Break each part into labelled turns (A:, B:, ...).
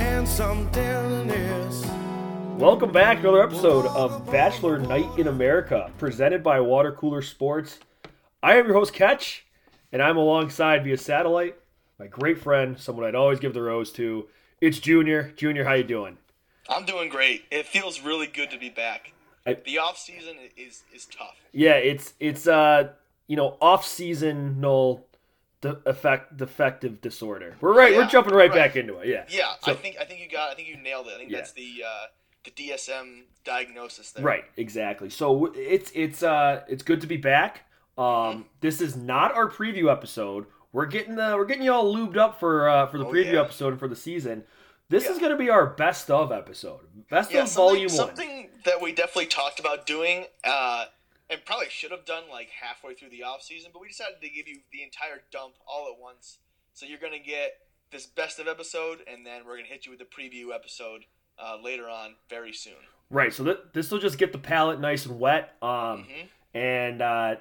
A: I'm telling this.
B: Welcome back to another episode of Bachelor Night in America, presented by Water Cooler Sports. I am your host, Ketch, and I'm alongside via satellite my great friend, someone I'd always give the rose to. It's Junior. Junior, how you doing?
C: I'm doing great. It feels really good to be back.
B: I-
C: the off season i- is is tough.
B: Yeah, it's it's uh you know off seasonal de- effect defective disorder. We're right. we're
C: Yeah,
B: jumping right,
C: right.
B: back into it. Yeah.
C: Yeah, I
B: So-
C: think I think you got. I think you nailed it. I think
B: Yeah.
C: that's the uh, the DSM diagnosis there.
B: Right, exactly. So w- it's it's uh it's good to be back. Um, this is not our preview episode. We're getting the we're getting y'all lubed up for uh, for the
C: Oh,
B: preview
C: yeah.
B: episode and for the season. This is
C: Yeah.
B: gonna be our best of episode, best
C: Yeah,
B: of
C: something,
B: volume one.
C: something that we definitely talked about doing, uh, and probably should have done like halfway through the off season, but we decided to give you the entire dump all at once. So you're gonna get this best of episode, and then we're gonna hit you with the preview episode uh, later on, very soon.
B: Right. So th- this will just get the palate nice and wet. Um,
C: Mhm.
B: and uh,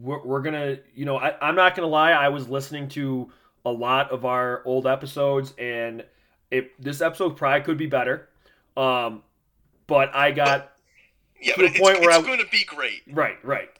B: we're, we're gonna you know I, i'm not gonna lie i was listening to a lot of our old episodes and it this episode probably could be better um but i got
C: Yeah,
B: To
C: but
B: the
C: it's,
B: point where
C: it's
B: I-
C: gonna be great.
B: right right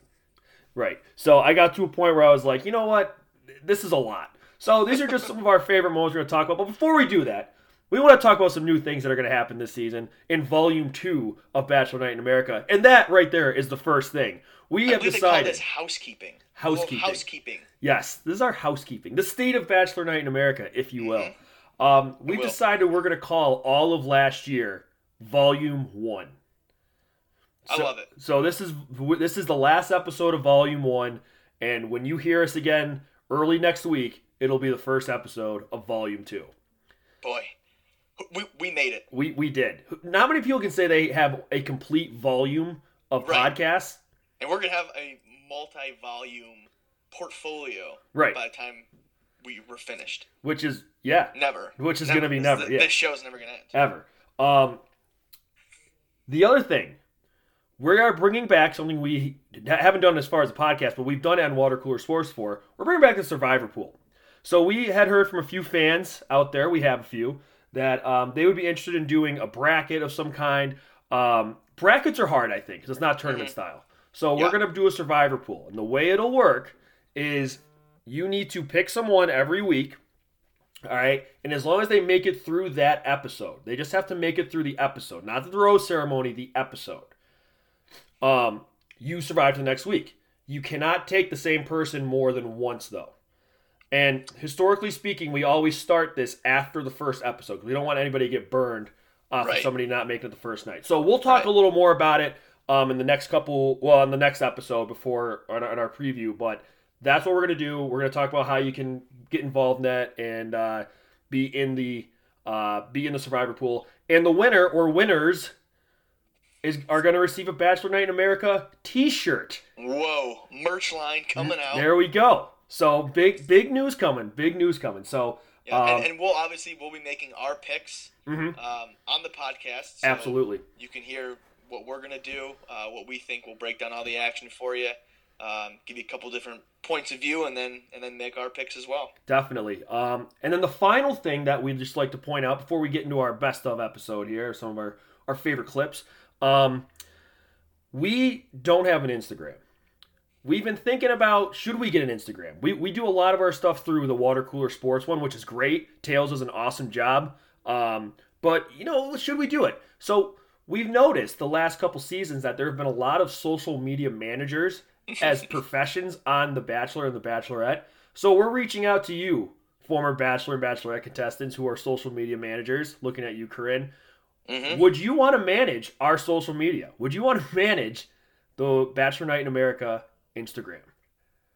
B: right so i got to a point where i was like you know what this is a lot so these are just some of our favorite moments we're gonna talk about but before we do that we want to talk about some new things that are going to happen this season in volume two of Bachelor Night in America, and that right there is the first thing we
C: I
B: have
C: believe they call
B: decided.
C: this housekeeping.
B: Housekeeping.
C: Well, housekeeping.
B: Yes, this is our housekeeping, the state of Bachelor Night in America, if you will. Um, we
C: Mm-hmm. will.
B: decided we're going to call all of last year Volume One.
C: I love it.
B: So this is this is the last episode of Volume One, and when you hear us again early next week, it'll be the first episode of Volume Two.
C: Boy, we, we made it.
B: We we did. Not many people can say they have a complete volume of
C: Right.
B: podcasts.
C: And we're going to have a multi volume portfolio
B: Right.
C: by the time we were finished.
B: Which is yeah,
C: Never.
B: Which is gonna be
C: This-
B: never,
C: This,
B: yeah.
C: this show's never going to end.
B: ever. Um, the other thing, we are bringing back something we haven't done as far as a podcast, but we've done it on Water Cooler Sports for. We're bringing back the Survivor Pool. So we had heard from a few fans out there. We have a few that um, they would be interested in doing a bracket of some kind. Um, brackets are hard, I think, because it's not tournament style. So we're
C: Yeah.
B: gonna do a Survivor Pool, and the way it'll work is you need to pick someone every week all right. And as long as they make it through that episode, they just have to make it through the episode, not the rose ceremony, the episode. Um, you survive to the next week. You cannot take the same person more than once, though. And historically speaking, we always start this after the first episode. We don't want anybody to get burned off of
C: Right.
B: somebody not making it the first night. So we'll talk
C: Right.
B: a little more about it um, in the next couple, well, in the next episode before on our, on our preview. But that's what we're gonna do. We're gonna talk about how you can get involved in that and uh, be in the uh, be in the survivor pool. And the winner or winners is are gonna receive a Bachelor Night in America T-shirt.
C: Whoa. Merch line coming out.
B: There we go. So big big news coming. Big news coming. So
C: Yeah,
B: um,
C: and, and we'll obviously we'll be making our picks
B: mhm,
C: um, on the podcast. so
B: absolutely.
C: You can hear what we're going to do, uh, what we think. We'll break down all the action for you, um, give you a couple different points of view, and then and then make our picks as well.
B: Definitely. Um, and then the final thing that we'd just like to point out before we get into our best of episode here, some of our, our favorite clips, um, we don't have an Instagram. We've been thinking about should we get an Instagram? We, we do a lot of our stuff through the water cooler sports one, which is great. Tails does an awesome job. Um, but, you know, should we do it? So we've noticed the last couple seasons that there have been a lot of social media managers as professions on The Bachelor and The Bachelorette. So we're reaching out to you, former Bachelor and Bachelorette contestants who are social media managers, looking at you, Corinne.
C: Mhm.
B: Would you want to manage our social media? Would you want to manage the Bachelor Night in America Instagram?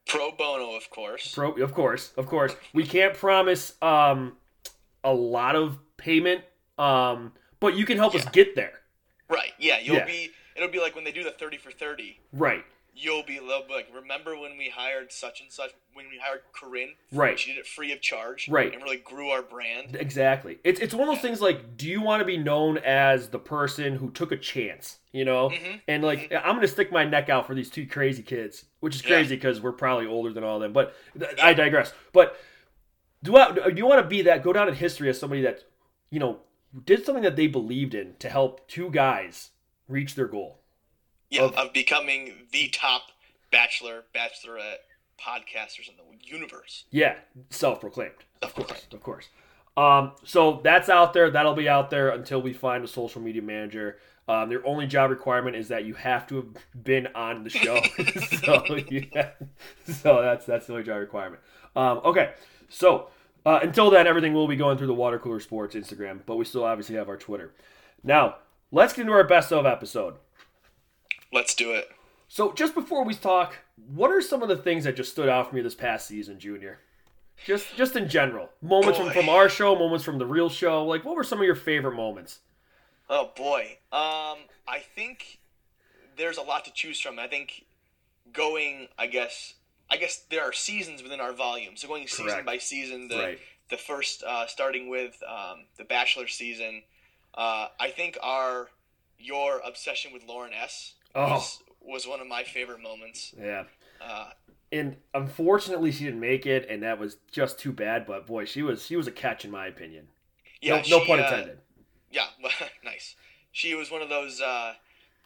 C: Pro bono, of course.
B: Pro, of course, of course. We can't promise um, a lot of payment, um, but you can help us get there.
C: Right. Yeah. You'll
B: Yeah.
C: be. It'll be like when they do the thirty for thirty.
B: Right,
C: You'll be, they'll be like, remember when we hired such and such? When we hired Corinne,
B: Right.
C: She did it free of charge,
B: Right.
C: And really grew our brand.
B: exactly. It's, it's one of those things like, do you want to be known as the person who took a chance, you know?
C: Mhm.
B: And like, I'm going to stick my neck out for these two crazy kids, which is
C: Yeah.
B: crazy because we're probably older than all of them, but th- I digress. But do, I, do you want to be that, go down in history as somebody that, you know, did something that they believed in to help two guys reach their goal.
C: Yeah,
B: Of-
C: of becoming the top bachelor, bachelorette podcasters in the universe.
B: Yeah, self-proclaimed.
C: Of course.
B: Of course. Um, so that's out there. That'll be out there until we find a social media manager. Um, their only job requirement is that you have to have been on the show. so yeah, so that's that's the only job requirement. Um, okay, so uh, until then, everything will be going through the water cooler sports Instagram, but we still obviously have our Twitter. Now let's get into our best of episode.
C: Let's do it.
B: So just before we talk, what are some of the things that just stood out for me this past season, Junior? Just just in general, moments from,
C: Boy.
B: from our show, moments from the real show. Like, what were some of your favorite moments?
C: Oh boy. Um, I think there's a lot to choose from. I think going, I guess, I guess there are seasons within our volume. So going season
B: Correct.
C: by season, the the first uh, starting with um, the Bachelor season. Uh, I think our your obsession with Lauren S.
B: Oh,
C: was, was one of my favorite moments.
B: yeah.
C: Uh,
B: And unfortunately, she didn't make it, and that was just too bad. But boy, she was she was a catch in my opinion.
C: yeah,
B: no, no
C: she,
B: pun
C: uh,
B: intended.
C: Yeah, well, nice. She was one of those uh,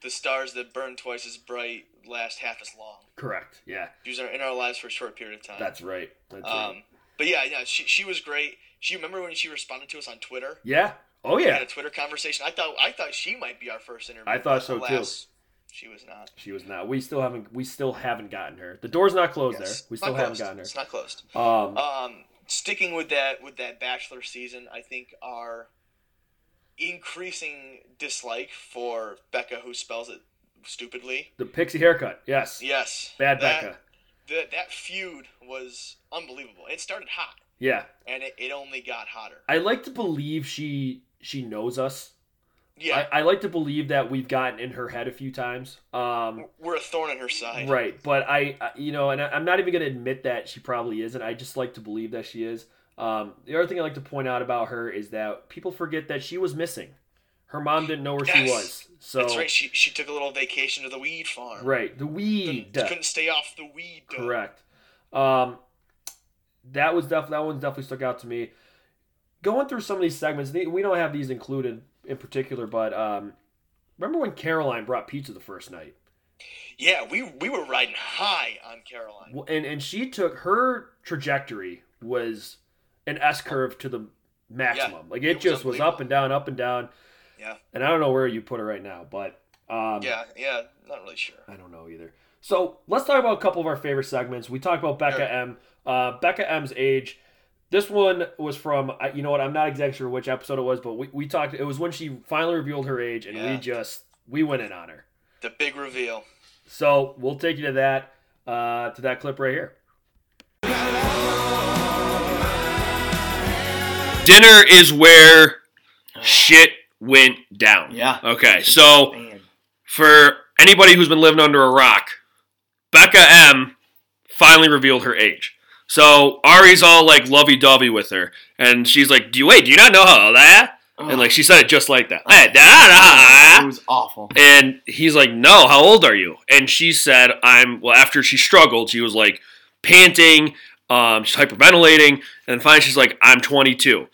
C: the stars that burn twice as bright, last half as long.
B: Correct. Yeah,
C: She was in our- in our lives for a short period of time.
B: that's right. That's right.
C: uh, Um, but yeah, yeah, she, she was great. She remember when she responded to us on Twitter?
B: Yeah. Oh
C: We had
B: yeah.
C: a Twitter conversation. I thought I thought she might be our first interview.
B: I thought
C: but
B: so, too.
C: alas, She was not.
B: She was not. We still haven't. We still haven't gotten her. The door's not closed
C: Yes.
B: there. We
C: It's
B: still
C: not
B: haven't
C: closed.
B: gotten her.
C: It's not closed.
B: Um,
C: Um, sticking with that with that Bachelor season, I think our increasing dislike for Becca, who spells it stupidly.
B: the pixie haircut. Yes.
C: Yes,
B: Bad
C: that,
B: Becca.
C: That that feud was unbelievable. It started hot,
B: Yeah.
C: and it, it only got hotter.
B: I like to believe she she knows us.
C: Yeah,
B: I, I like to believe that we've gotten in her head a few times. Um,
C: we're a thorn in her side.
B: right, but I, I you know, and I, I'm not even gonna admit that she probably isn't. I just like to believe that she is. Um, the other thing I like to point out about her is that people forget that she was missing. Her mom didn't know where she
C: Yes.
B: was. So
C: That's right. She, she took a little vacation to the weed farm.
B: right, the weed.
C: Couldn't, couldn't stay off the weed. though.
B: Correct. Um, that was def- that one definitely stuck out to me. Going through some of these segments, they, we don't have these included in particular, but um, remember when Caroline brought pizza the first night,
C: Yeah, we we were riding high on Caroline.
B: Well, and and she took her trajectory was an S curve to the maximum. like it,
C: it was
B: just was up
C: unbelievable.
B: and down, up and down.
C: Yeah.
B: And I don't know where you put her right now, but um,
C: Yeah, yeah, not really sure.
B: I don't know either. So let's talk about a couple of our favorite segments. We talked about Becca
C: Sure.
B: M. Uh, Becca M's age. This one was from I- you know what I'm not exactly sure which episode it was, but we, we talked. It was when she finally revealed her age, and we
C: Yeah.
B: just we went in on her.
C: The big reveal.
B: So we'll take you to that uh, to that clip right here.
D: dinner is where shit went down.
E: Yeah.
D: Okay, so
E: Man.
D: for anybody who's been living under a rock, Becca M finally revealed her age. So Ari's all like lovey dovey with her, and she's like, "Do you wait? Do you not know how that?" And like she said it just like that.
E: Oh.
D: "Eh, da, da, da."
E: it was awful.
D: And he's like, No, how old are you? And she said, I'm, well, after she struggled, she was like panting, um, she's hyperventilating. And finally, she's like, I'm 22.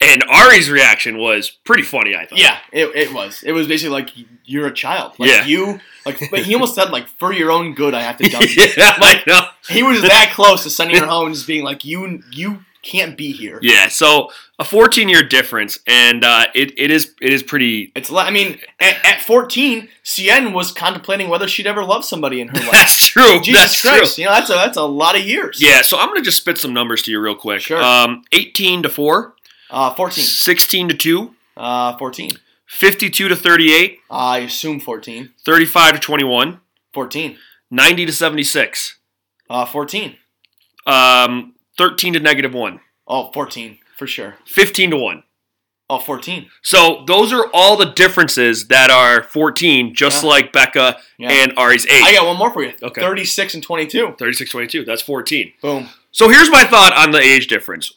D: And Ari's reaction was pretty funny, I thought.
E: Yeah, it, it was. It was basically like you're a child. Like
D: Yeah.
E: you like but he almost said like for your own good I have to dump you.
D: yeah, I know.
E: He was that close to sending her home and just being like you you can't be here.
D: Yeah, so a 14 year difference, and uh, it, it is it is pretty.
E: It's like I mean at, at 14 Cien was contemplating whether she'd ever love somebody in her life.
D: That's true.
E: Jesus
D: that's
E: Christ, you know that's a that's a lot of years.
D: true. Yeah, so I'm gonna just spit some numbers to you real quick.
E: Sure.
D: Um, 18 to 4,
E: Uh 14.
D: 16 to 2,
E: Uh 14.
D: 52 to 38,
E: I assume 14.
D: 35 to 21,
E: 14.
D: 90 to 76
E: Uh 14.
D: um, 13 to negative 1
E: Oh 14 for sure.
D: 15 to 1
E: Oh 14.
D: so those are all the differences that are 14 just
E: Yeah.
D: like becca
E: Yeah.
D: and ari's 8
E: I got one more for you.
D: Okay.
E: 36 and 22.
D: 36 22 that's 14
E: Boom.
D: so here's my thought on the age difference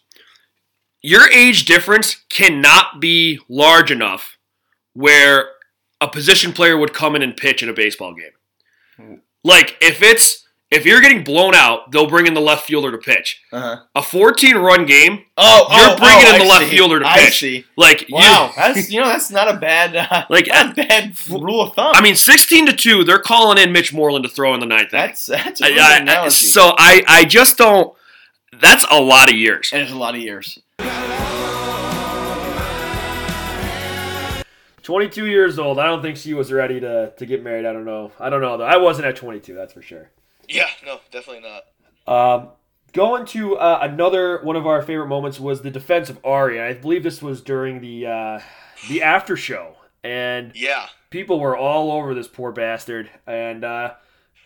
D: your age difference cannot be large enough where a position player would come in and pitch in a baseball game like if it's
B: If you're getting blown out, they'll bring in the left fielder to pitch.
E: Uh-huh.
B: A 14 run game,
E: Oh,
B: You're
E: oh,
B: bringing
E: oh,
B: in the
E: I
B: left
E: see.
B: fielder to
E: I
B: pitch.
E: see.
B: like
E: Wow,
B: you,
E: that's you know that's not a bad uh,
B: like eh,
E: not a bad rule of thumb.
B: I mean, 16 to two, they're calling in Mitch Moreland to throw in the ninth. inning.
E: that's that's a
B: I-
E: really
B: I- I-
E: good analogy.
B: so I, I just don't. That's a lot of years.
E: and it's a lot of years.
F: 22 years old. I don't think she was ready to, to get married. I don't know. I don't know though. I wasn't at 22. That's for sure.
C: Yeah, no, definitely not.
F: Um, going to uh, another one of our favorite moments was the defense of Ari. I believe this was during the uh, the after show, and
C: Yeah.
F: people were all over this poor bastard. And uh,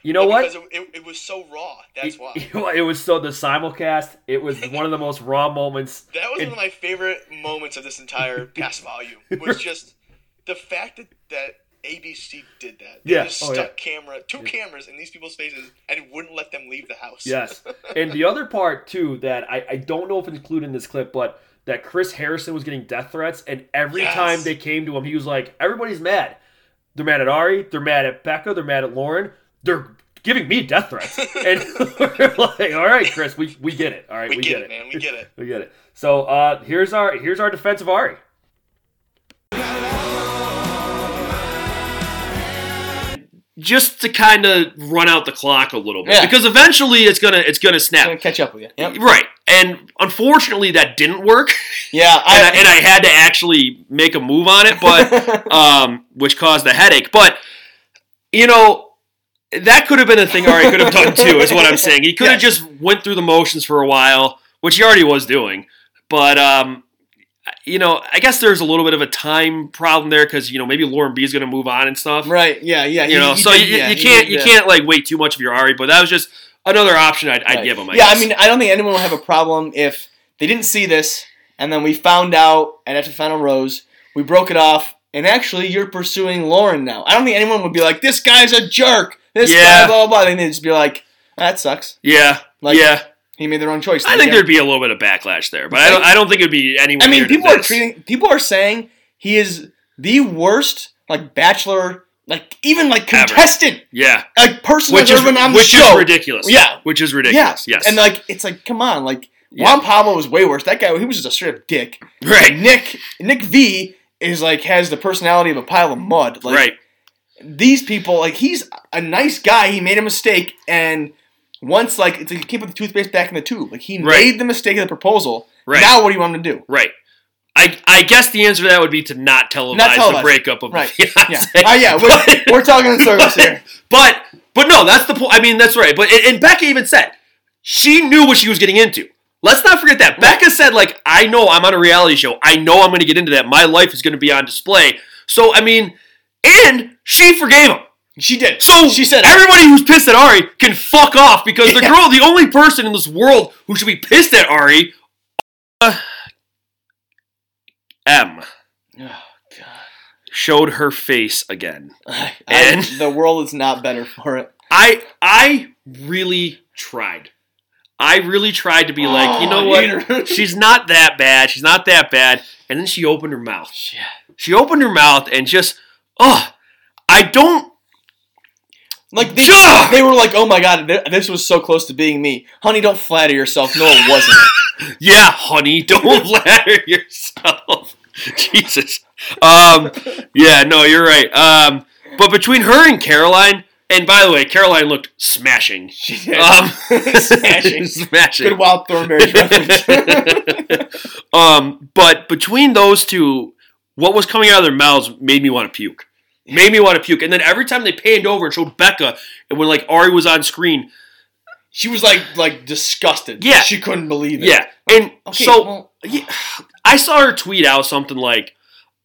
F: you know
C: Well,
F: what?
C: Because it, it, it was so raw. That's why.
F: It, was so the simulcast. It was one of the most raw moments.
C: That was
F: It-
C: one of my favorite moments of this entire pass volume. Was just the fact that that ABC did that. They
F: Yeah,
C: just
F: oh,
C: stuck camera, two cameras in these people's faces, and wouldn't let them leave the house.
F: Yes. And the other part too that I, I don't know if it's included in this clip, but that Chris Harrison was getting death threats, and every
C: Yes.
F: time they came to him, he was like, "Everybody's mad. They're mad at Ari. They're mad at Becca. They're mad at Lauren. They're giving me death threats." and we're like, "All right, Chris, we, we get it. All right,
C: we,
F: we,
C: get, it, man. We get it.
F: We get it." So uh, here's our here's our defense of Ari.
B: Just to kind of run out the clock a little bit
E: Yeah.
B: because eventually it's gonna it's gonna
E: I'm gonna
B: snap.
E: catch up with you. Yep.
B: Right. And unfortunately, that didn't work,
E: Yeah,
B: and I,
E: I,
B: and I had to actually make a move on it, but um, which caused a headache. But you know, that could have been a thing Ari could have done too, is what I'm saying. He could have
E: Yeah.
B: just went through the motions for a while, which he already was doing. But um, you know, I guess there's a little bit of a time problem there because you know maybe Lauren B is going to move on and stuff.
E: right. Yeah, yeah.
B: You know, so you, you can't you can't like wait too much of your Ari. But that was just another option I'd, I'd give him. I
E: yeah, I
B: guess.
E: mean, I don't think anyone will have a problem if they didn't see this, and then we found out, and after Final Rose, we broke it off, and actually, you're pursuing Lauren now. I don't think anyone would be like, "This guy's a jerk." This
B: Yeah.
E: guy, blah blah. blah. And they'd just be like, "That sucks.
B: yeah,
E: Like,
B: yeah.
E: He made the wrong choice."
B: I think there'd be a little bit of backlash there, but I don't. I don't think it'd be anywhere.
E: I mean,
B: near to
E: people are
B: this.
E: treating. People are saying he is the worst, like bachelor, like even like
B: Ever.
E: contestant,
B: Yeah,
E: like person
B: which
E: that's
B: is
E: ever been on
B: which
E: the
B: is
E: show.
B: ridiculous.
E: Yeah.
B: which is ridiculous.
E: Yeah.
B: Yes,
E: And like, it's like, come on, like
B: Yeah.
E: Juan Pablo was way worse. That guy, he was just a straight up dick.
B: right,
E: Nick Nick V is like has the personality of a pile of mud. Like,
B: right.
E: These people, like he's a nice guy. He made a mistake, and once like it's like you can't put the toothpaste back in the tube. Like he
B: Right.
E: made the mistake of the proposal.
B: Right.
E: Now, what do you want him to do?
B: Right. I, I guess the answer to that would be to not televise,
E: Not
B: the
E: televise.
B: breakup of
E: Right.
B: the
E: Yeah.
B: fiancé.
E: Oh yeah. We're, we're talking in circles here.
B: But but no, that's the point. I mean, that's right. But and, and Becca even said she knew what she was getting into. Let's not forget that Becca said like I know I'm on a reality show. I know I'm going to get into that. My life is going to be on display. So I mean, and she forgave him.
E: She did.
B: So
E: she said it.
B: everybody who's pissed at Ari can fuck off because the
E: Yeah.
B: girl, the only person in this world who should be pissed at Ari, uh, M
E: Oh, God.
B: showed her face again.
E: I-
B: And-
E: the world is not better for it.
B: I I really tried. I really tried to be like, you know
E: Oh,
B: what?
E: hater.
B: She's not that bad. She's not that bad. And then she opened her mouth.
E: Yeah.
B: She opened her mouth and just, oh, I don't.
E: Like they,
B: Sure.
E: they were like, "Oh my god, th- this was so close to being me, honey. Don't flatter yourself. No, it wasn't.
B: Yeah, honey, don't flatter yourself. Jesus. Um, yeah, no, you're right. Um, but between her and Caroline, and by the way, Caroline looked smashing.
E: She did.
B: Um,
E: Smashing.
B: smashing.
E: Good wild Thornberry reference.
B: um, but between those two, what was coming out of their mouths made me want to puke. Made me want to puke. And then every time they panned over and showed Becca, and when like Ari was on screen,
E: she was like, like disgusted.
B: Yeah.
E: she couldn't believe it.
B: yeah. And
E: Okay,
B: so
E: well,
B: yeah, I saw her tweet out something like,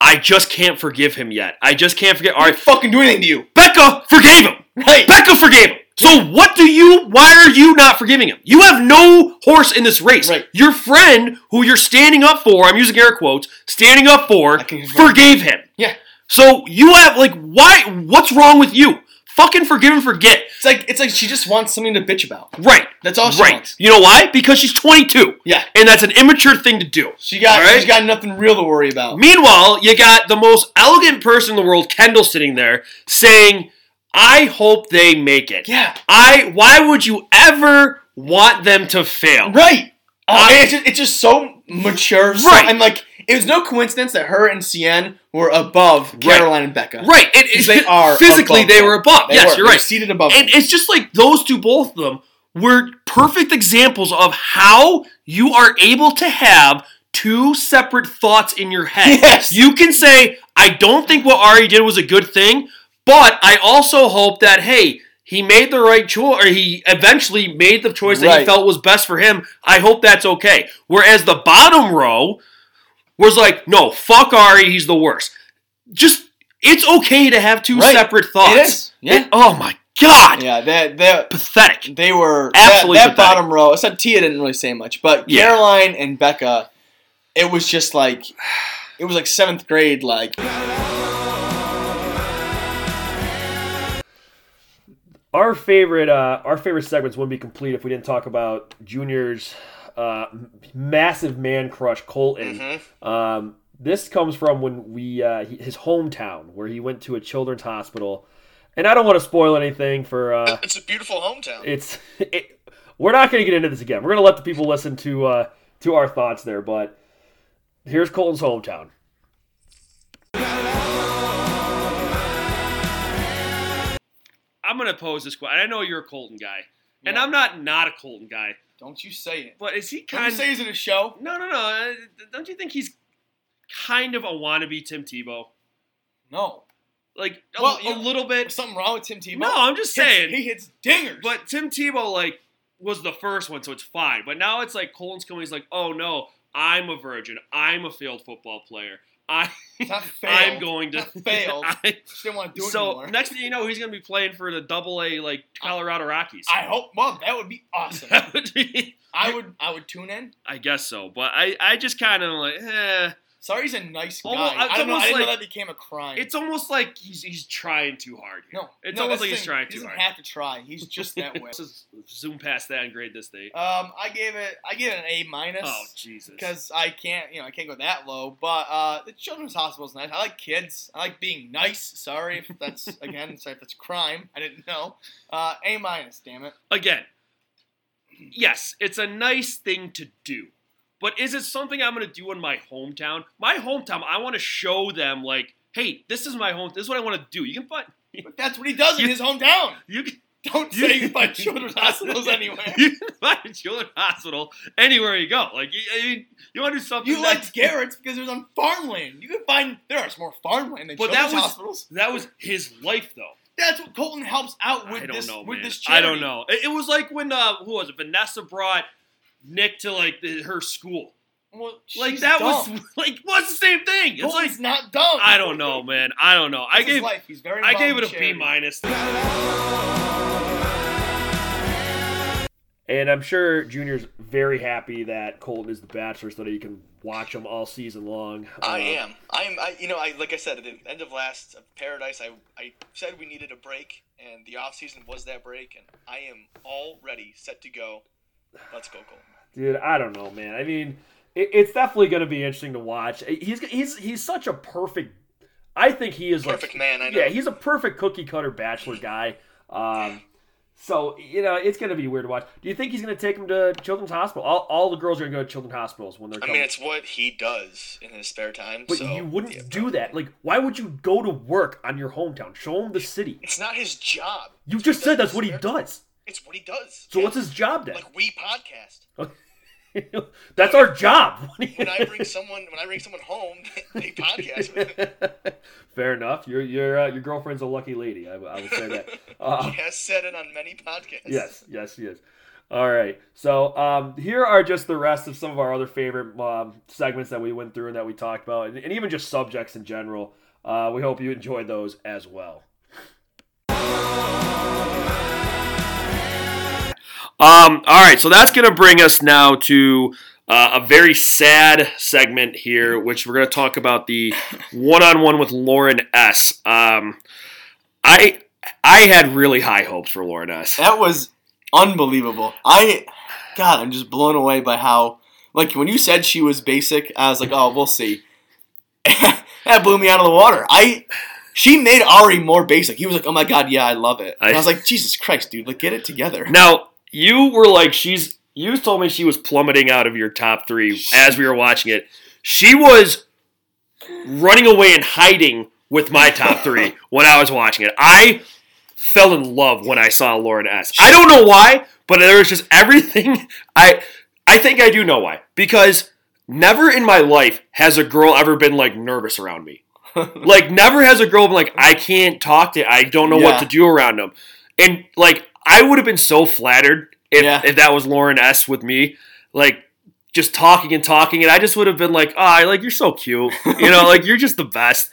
B: "I just can't forgive him yet. I just can't forget." Ari
E: I fucking do anything to you,
B: Becca forgave him.
E: right?
B: Becca forgave him. So what do you? Why are you not forgiving him? You have no horse in this race.
E: Right.
B: Your friend, who you're standing up for, I'm using air quotes, standing up for,
E: I can confirm.
B: forgave him.
E: Yeah,
B: So you have like why? What's wrong with you? Fucking forgive and forget.
E: it's like it's like she just wants something to bitch about.
B: Right.
E: That's all Oh, she
B: Right.
E: wants.
B: You know why? Because she's 22.
E: Yeah,
B: And that's an immature thing to do.
E: she got
B: All right.
E: she's got nothing real to worry about.
B: Meanwhile, you got the most elegant person in the world, Kendall, sitting there saying, I hope they make it.
E: Yeah.
B: I why would you ever want them to fail?
E: Right.
B: Uh,
E: Uh, it's, just, it's just so mature. so-
B: Right.
E: And like, it was no coincidence that her and Cien were above Caroline and Becca.
B: Right. It, it,
E: They are
B: physically
E: above
B: they
E: them.
B: were above.
E: They
B: yes,
E: were.
B: you're
E: They were
B: right.
E: Seated above.
B: And
E: them.
B: it's just like those two, both of them, were perfect examples of how you are able to have two separate thoughts in your head.
E: Yes.
B: You can say, I don't think what Ari did was a good thing, but I also hope that, hey, he made the right choice, or he eventually made the choice that he
E: Right.
B: felt was best for him. I hope that's okay. Whereas the bottom row was like, no, fuck Ari, he's the worst. Just, it's okay to have two
E: Right.
B: separate thoughts.
E: It is. Yeah.
B: It- oh my god!
E: yeah. That that
B: Pathetic.
E: they were
B: Absolutely
E: that,
B: pathetic.
E: that bottom row. Except Tia didn't really say much, but
B: Yeah.
E: Caroline and Becca, it was just like it was like seventh grade. Like
F: Our favorite, uh, our favorite segments wouldn't be complete if we didn't talk about Junior's uh, m- massive man crush, Colton. Um, this comes from when we uh, he- his hometown, where he went to a children's hospital, and I don't want to spoil anything for. Uh,
C: It's a beautiful hometown.
F: it's it, we're not going to get into this again. We're going to let the people listen to uh, to our thoughts there. But here's Colton's hometown.
B: I'm gonna pose this question. I know you're a Colton guy, and I'm not not a Colton guy,
E: don't you say it.
B: but is he
E: Don't
B: kind?
E: you say he's in a show.
B: no, no, no. uh, Don't you think he's kind of a wannabe Tim Tebow?
E: No.
B: Like a,
E: Well,
B: a little bit.
E: something wrong with Tim Tebow.
B: No, I'm just saying.
E: he hits dingers.
B: But Tim Tebow like was the first one, so it's fine. But now it's like Colton's coming. He's like, oh no, I'm a virgin. I'm a failed football player. I
E: not
B: I'm going to
E: Not failed.
B: I-
E: just didn't want to do it
B: so
E: anymore.
B: next thing you know, he's gonna be playing for the Double A like Colorado Rockies.
E: I hope, Mom, that would be awesome.
B: That would be-
E: I would, I would tune in.
B: I guess so, but I, I just kind of like, eh.
E: Sorry, he's a nice guy.
B: Almost- it's
E: I don't know. I
B: almost
E: didn't know
B: like-
E: that became a crime.
B: It's almost like he's, he's trying too hard. Here.
E: no,
B: it's
E: no,
B: almost like
E: that's the
B: he's
E: thing.
B: trying
E: He
B: too
E: doesn't
B: hard.
E: have to try. He's just that way.
B: Let's just zoom past that and grade this thing.
E: um, I gave it, I gave it an A
B: Oh
E: minus
B: Jesus!
E: because I can't, you know, I can't go that low. But uh, the children's hospital's nice. I like kids. I like being nice. Sorry if that's again, sorry if that's crime. I didn't know. Uh, a minus, damn it.
B: Again, yes, it's a nice thing to do, but is it something I'm gonna do in my hometown? My hometown, I want to show them like, hey, this is my home. This is what I want to do. You can find
E: But that's what he does in his hometown.
B: you can
E: Don't
B: You-
E: say you buy children's hospils anywhere.
B: You can find a children's hospital anywhere you go. Like you, I mean, you want to do something.
E: You
B: that's-
E: liked Garrett's because it was on farmland. You could find there are some more farmland than
B: But that
E: children's
B: was-
E: hospitals.
B: that was his life, though.
E: That's what Colton helps out with
B: I don't
E: this
B: know,
E: with
B: man.
E: this
B: I
E: charity.
B: don't know. It, it was like when uh, who was it? Vanessa brought Nick to like the, her school.
E: Well,
B: Like
E: she's
B: that
E: dumb.
B: was like was the same thing. It's
E: Colton's
B: like
E: not dumb.
B: I don't know, man. I don't know.
E: That's
B: I
E: his
B: gave
E: life. He's very
B: I
E: involved
B: gave it
E: in
B: a B
E: charity.
B: minus.
F: And I'm sure Junior's very happy that Colton is the bachelor, so that he can watch him all season long.
C: I
F: Uh,
C: am. I'm. I, you know, I like I said at the end of last Paradise, I I said we needed a break, and the off season was that break, and I am already set to go. Let's go, Colton.
F: dude. I don't know, man. I mean, it, it's definitely going to be interesting to watch. He's he's he's such a perfect. I think he is like-
C: Perfect man. I know.
F: yeah, he's a perfect cookie cutter bachelor guy. Um, so you know it's going to be weird to watch. Do you think he's going to take him to children's hospital? All, all the girls are going to go to children's hospitals when they're.
C: I
F: Coming.
C: mean, it's what he does in his spare time.
F: but
C: so
F: you wouldn't
C: yeah,
F: do that. Like, why would you go to work on your hometown? Show him the city.
C: It's not his job.
F: You just said that's what he does.
C: It's what he does.
F: So
C: Yeah.
F: what's his job then?
C: Like we podcast.
F: that's our job.
C: When I bring someone, when I bring someone home, they podcast with him.
F: Fair enough. Your your uh, your girlfriend's a lucky lady. I, w- I will say that. Uh,
C: He has said it on many podcasts.
F: yes, yes, she is. All right. So um, here are just the rest of some of our other favorite um, segments that we went through and that we talked about, and, and even just subjects in general. Uh, we hope you enjoyed those as well.
B: Um, all right, so that's going to bring us now to uh, a very sad segment here, which we're going to talk about the one-on-one with Lauren S. Um, I I had really high hopes for Lauren S.
E: That was unbelievable. I, God, I'm just blown away by how, like, when you said she was basic, I was like, oh, we'll see. that blew me out of the water. I, She made Ari more basic. He was like, "Oh my god, yeah, I love it." And I,
B: I-
E: was like, "Jesus Christ, dude, like get it together."
B: Now you were like she's. You told me she was plummeting out of your top three as we were watching it. She was running away and hiding with my top three when I was watching it. I fell in love when I saw Lauren S. I don't know why, but there was just everything. I I think I do know why because never in my life has a girl ever been like nervous around me. like never has a girl been like I can't talk to. I don't know
E: Yeah.
B: what to do around them. And like I would have been so flattered if,
E: Yeah.
B: if that was Lauren S with me, like just talking and talking, and I just would have been like, ah, like you're so cute, you know, like you're just the best.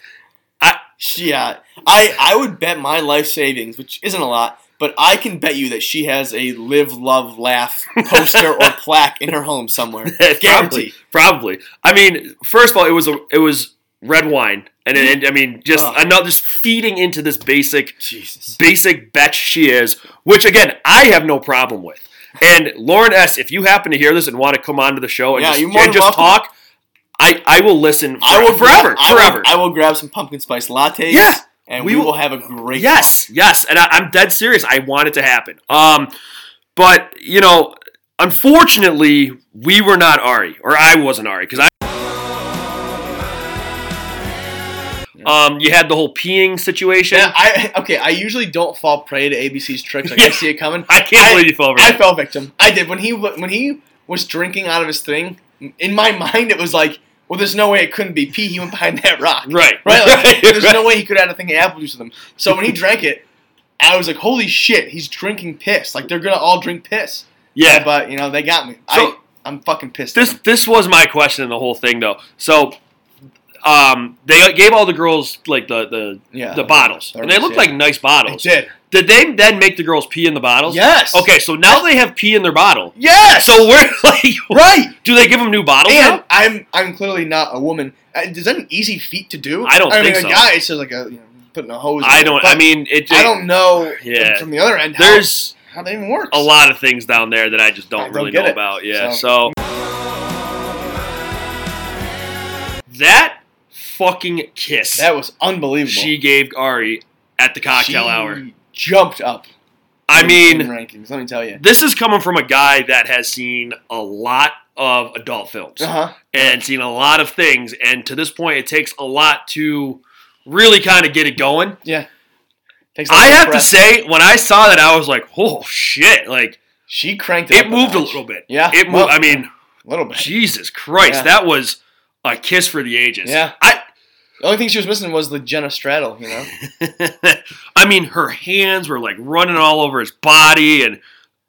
E: She, yeah, I I would bet my life savings, which isn't a lot, but I can bet you that she has a live, love, laugh poster or plaque in her home somewhere. Guarantee.
B: probably, probably. I mean, first of all, it was a it was red wine, and, it, and I mean, just
E: Mm-hmm. Ugh.
B: another just feeding into this basic
E: Jesus.
B: basic bitch she is, which again I have no problem with. And Lauren S, if you happen to hear this and want to come onto the show and
E: Yeah,
B: just,
E: you're more
B: and
E: than
B: just
E: welcome.
B: talk, I, I will listen. For,
E: I will
B: forever,
E: I will-
B: forever.
E: I will grab some pumpkin spice lattes.
B: Yeah.
E: and we,
B: We
E: will,
B: will-
E: have a great.
B: Yes, yes, and I, I'm dead serious. I want it to happen. Um, but you know, unfortunately, we were not Ari, or I wasn't Ari, because I. Um, you had the whole peeing situation.
E: Yeah, I okay. I usually don't fall prey to ABC's tricks. Like I
B: Yeah.
E: see it coming.
B: I can't believe you fell for
E: I
B: that.
E: fell victim. I did when he wa- when he was drinking out of his thing. In my mind, it was like, well, there's no way it couldn't be pee. He went behind that rock,
B: Right,
E: right? Like,
B: right,
E: there's
B: right.
E: no way he could add a thing of apple juice to them. So when he drank it, I was like, holy shit, he's drinking piss. Like they're gonna all drink piss.
B: yeah,
E: But you know they got me. I
B: So-
E: I'm fucking pissed. at
B: this
E: them.
B: this was my question in the whole thing though. So, um, they gave all the girls like the the,
E: yeah
B: the bottles, and they
E: Thermos,
B: looked
E: yeah.
B: like nice
E: I
B: bottles.
E: did.
B: Did they then make the girls pee in the bottles?
E: Yes.
B: Okay, so now they have pee in their bottle.
E: Yes.
B: So we're like,
E: right.
B: do they give them new bottles
E: And
B: now?
E: I'm I'm clearly not a woman. Uh, Is that an easy feat to do?
B: I don't
E: I mean,
B: think
E: a
B: so.
E: guy says like a you know, putting a hose. in
B: I
E: it,
B: don't.
E: but
B: I mean, it.
E: I don't know.
B: Yeah.
E: From the other end, how,
B: There's
E: how that even works.
B: a lot of things down there that I just don't,
E: I don't
B: really
E: get
B: know
E: it.
B: about. Yeah.
E: So-
B: So. that fucking kiss
E: That was unbelievable.
B: she gave Ari at the cocktail
E: She
B: hour.
E: jumped up.
B: I
E: in-
B: mean,
E: in rankings. Let me tell you.
B: this is coming from a guy that has seen a lot of adult films.
E: Uh huh.
B: and seen a lot of things. And to this point, it takes a lot to really kind of get it going.
E: Yeah. Takes a
B: I
E: lot of
B: have
E: breath.
B: to say, when I saw that, I was like, "Oh shit!" Like
E: she cranked it.
B: it
E: up
B: moved a
E: notch.
B: little bit.
E: Yeah.
B: It moved.
E: well,
B: I mean,
E: a little bit.
B: Jesus Christ,
E: Yeah.
B: that was a kiss for the ages.
E: Yeah.
B: I.
E: the only thing she was missing was the Jenna Straddle. You know.
B: I mean, her hands were like running all over his body, and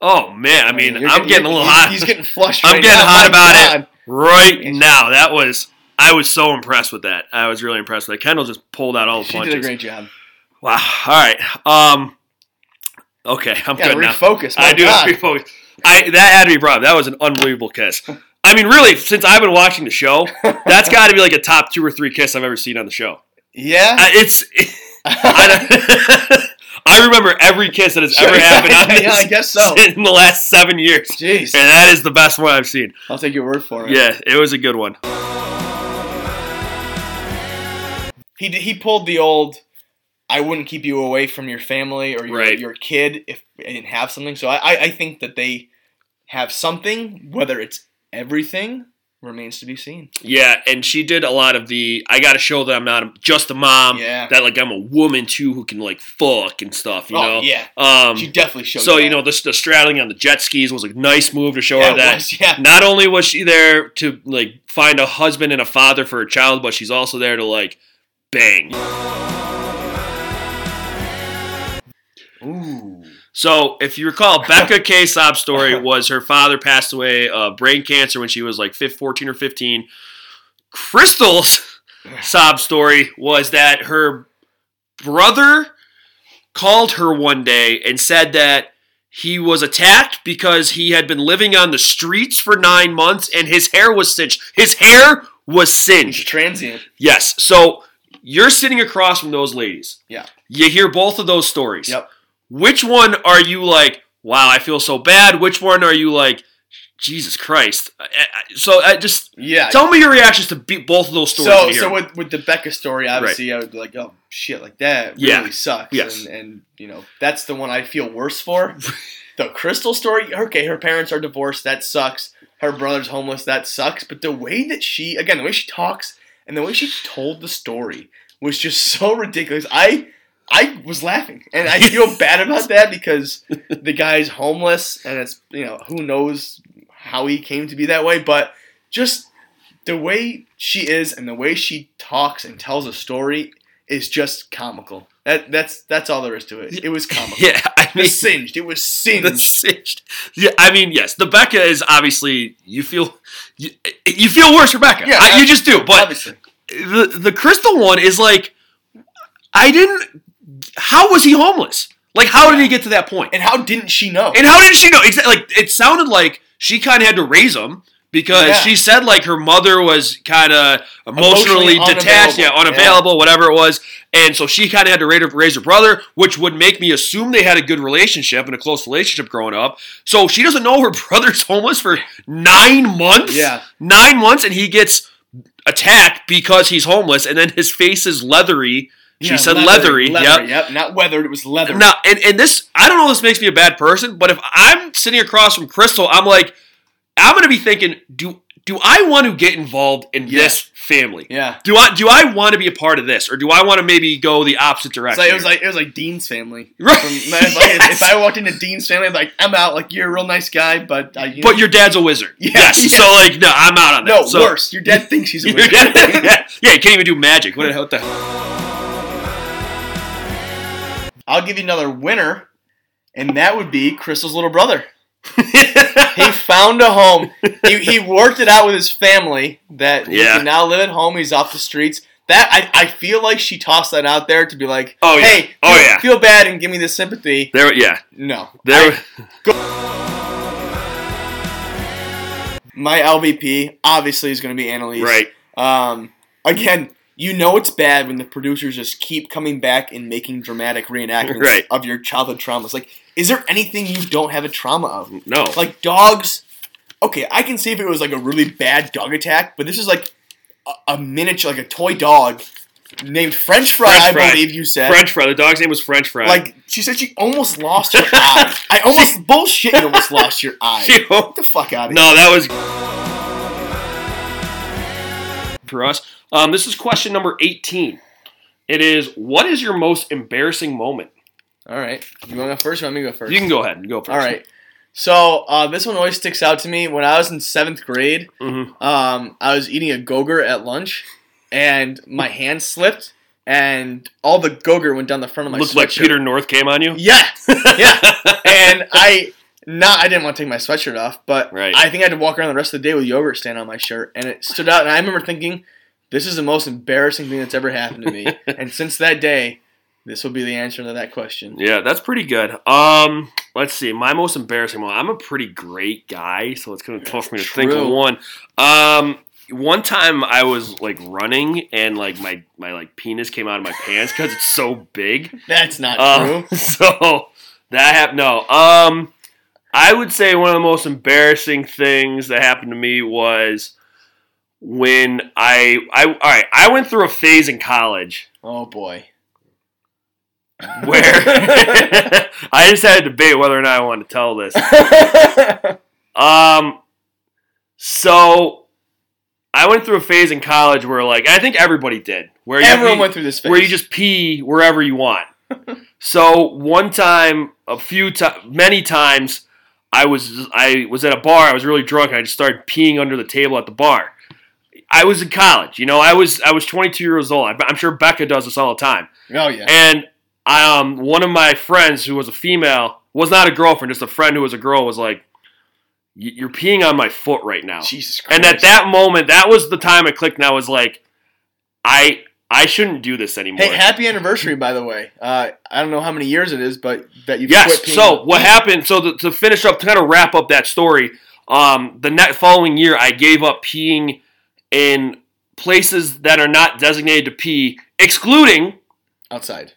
B: oh man, I mean,
E: you're
B: I'm getting a
E: you're-
B: little
E: he's-
B: hot.
E: He's getting flushed.
B: I'm
E: right
B: getting
E: now.
B: hot
E: My
B: about
E: God.
B: it right now. That was. I was so impressed with that. I was really impressed with that. Kendall just pulled out all the
E: She
B: punches.
E: did a great job.
B: Wow. All right. Um. Okay, I'm
E: Gotta
B: good now.
E: refocus. My
B: I do have
E: God.
B: to refocus. I that had to be brought. up. That was an unbelievable kiss. I mean, really, since I've been watching the show, that's got to be like a top two or three kiss I've ever seen on the show.
E: Yeah.
B: I, it's. I, don't- I remember every kiss that has ever
E: Sure, yeah,
B: happened on
E: yeah,
B: this
E: yeah, I guess so.
B: in the last seven years, and
E: Jeez.
B: that is the best one I've seen.
E: I'll take your word for it.
B: Yeah, it was a good one.
E: He d- he pulled the old. I wouldn't keep you away from your family or your,
B: Right.
E: your kid if I didn't have something. So I, I, I think that they have something, whether it's everything, remains to be seen.
B: Yeah, and she did a lot of the I got to show that I'm not a- just a mom.
E: Yeah.
B: That like I'm a woman too who can like fuck and stuff, you
E: oh,
B: know.
E: yeah.
B: Um
E: She definitely showed
B: so you
E: that.
B: know the, the straddling on the jet skis was a nice move to show
E: yeah,
B: her
E: it
B: that
E: was, yeah.
B: not only was she there to like find a husband and a father for her child, but she's also there to like bang.
E: Ooh.
B: So if you recall, Becca K. sob story was her father passed away of brain cancer when she was like fif- 14 or 15. Crystal's sob story was that her brother called her one day and said that he was attacked because he had been living on the streets for nine months and his hair was singed. His hair was
E: He's
B: singed.
E: transient.
B: Yes. So you're sitting across from those ladies.
E: Yeah.
B: You hear both of those stories.
E: Yep.
B: Which one are you like, wow, I feel so bad? Which one are you like, Jesus Christ. I- I- so I just
E: Yeah.
B: tell me your reactions to be, both of those stories.
E: so
B: here.
E: so with with the Becca story, obviously, I would be like, oh shit, like that really
B: Yeah.
E: sucks.
B: Yes.
E: And, and you know that's the one I feel worse for. the Crystal story, okay, her parents are divorced, that sucks. Her brother's homeless, that sucks. But the way that she, again, the way she talks and the way she told the story was just so ridiculous. I I was laughing, and I feel bad about that because the guy's homeless, and it's you know who knows how he came to be that way, but just the way she is and the way she talks and tells a story is just comical. That that's that's all there is to it. It was comical.
B: yeah, I
E: It
B: mean,
E: was singed. It was
B: the
E: singed.
B: singed. Yeah, I mean, yes, the Becca is obviously you feel you, you feel worse for Becca.
E: Yeah,
B: I, you just do. But
E: Obviously,
B: the the crystal one is like, I didn't. How was he homeless? Like, how did he get to that point?
E: and how didn't she know?
B: And how did she know? Exactly. Like it sounded like she kind of had to raise him because
E: Yeah.
B: she said like her mother was kind of emotionally,
E: Emotionally unavailable.
B: detached, yeah, unavailable, whatever it was, and so she kind of had to raise her, raise her brother, which would make me assume they had a good relationship and a close relationship growing up. So she doesn't know her brother's homeless for nine months.
E: Yeah.
B: nine months, and he gets attacked because he's homeless, and then his face is leathery. She
E: Yeah,
B: said leathery. yep.
E: leathery, yep. Not weathered. It was leathery.
B: Now, and, and this, I don't know if this makes me a bad person, but if I'm sitting across from Crystal, I'm like, I'm going to be thinking, do do I want to get involved in
E: Yeah.
B: this family?
E: Yeah.
B: Do I do I want to be a part of this, or do I want to maybe go the opposite
E: It's
B: direction?
E: like, it was like it was like Dean's family.
B: Right.
E: From- if, I, if I walked into Dean's family, I'd be like I'm out. Like you're a real nice guy, but I, you
B: but your dad's a wizard.
E: Yeah,
B: yes.
E: yeah.
B: So like, no, I'm out on that.
E: no
B: so,
E: worse. Your dad thinks he's a
B: yeah,
E: wizard.
B: yeah, you can't even do magic. What the hell? What the hell?
E: I'll give you another winner, and that would be Crystal's little brother. he found a home. He, he worked it out with his family that
B: Yeah.
E: he can now live at home. He's off the streets. That I, I feel like she tossed that out there to be like,
B: Oh, yeah.
E: hey,
B: Oh,
E: feel,
B: yeah.
E: feel bad and give me the sympathy.
B: There, yeah,
E: No,
B: there.
E: my LVP obviously is going to be Annalise.
B: right.
E: Um, again, you know it's bad when the producers just keep coming back and making dramatic reenactments
B: Right.
E: of your childhood traumas. Like, is there anything you don't have a trauma of?
B: No.
E: Like dogs. Okay, I can see if it was like a really bad dog attack, but this is like a, a miniature, like a toy dog named French Fry.
B: French
E: I
B: Fry.
E: believe you said.
B: French fry. The dog's name was French fry.
E: Like she said, she almost lost her eye. I almost bullshit. You almost lost your eye.
B: She-
E: Get the fuck out of
B: No, that was for us. Um, this is question number eighteen. It is what is your most embarrassing moment?
E: here. All right, you want to go first? Or you want me to go first?
B: You can go ahead and go first.
E: All right. So uh, this one always sticks out to me. When I was in seventh grade,
B: Mhm.
E: um, I was eating a gogurt at lunch, and my hand slipped, and all the gogurt went down the front of my
B: Looked like
E: sweatshirt.
B: Peter North came on you.
E: Yeah, yeah. and I not I didn't want to take my sweatshirt off, but
B: Right.
E: I think I had to walk around the rest of the day with yogurt stain on my shirt, and it stood out. And I remember thinking, "This is the most embarrassing thing that's ever happened to me." and since that day, this will be the answer to that question.
B: Yeah, that's pretty good. Um, let's see. My most embarrassing moment. I'm a pretty great guy, so it's kind of tough for me to think of
E: True.
B: one. Um, one time I was like running and like my my like penis came out of my pants because it's so big.
E: That's not
B: Uh,
E: true.
B: so that happened. No, um, I would say one of the most embarrassing things that happened to me was when I, I, all right, I went through a phase in college
E: Oh boy.
B: where I just had a debate whether or not I wanted to tell this. Um, so I went through a phase in college where, like, I think everybody did, where you-
E: Everyone
B: you,
E: went through this phase.
B: where you just pee wherever you want. so one time, a few times, many times, I was I was at a bar. I was really drunk, and I just started peeing under the table at the bar. I was in college, you know. I was I was 22 years old. I'm I'm sure Becca does this all the time.
E: Oh yeah.
B: And um, one of my friends who was a female was not a girlfriend, just a friend who was a girl was like, "Y- "You're peeing on my foot right now."
E: Jesus Christ.
B: and at that moment, that was the time it clicked. And I was like, "I I shouldn't do this anymore."
E: Hey, happy anniversary, by the way. Uh, I don't know how many years it is, but that you quit
B: Yes.
E: peeing.
B: So what happened? So to, to finish up, to kind of wrap up that story, um, the net following year, I gave up peeing in places that are not designated to pee, excluding
E: outside.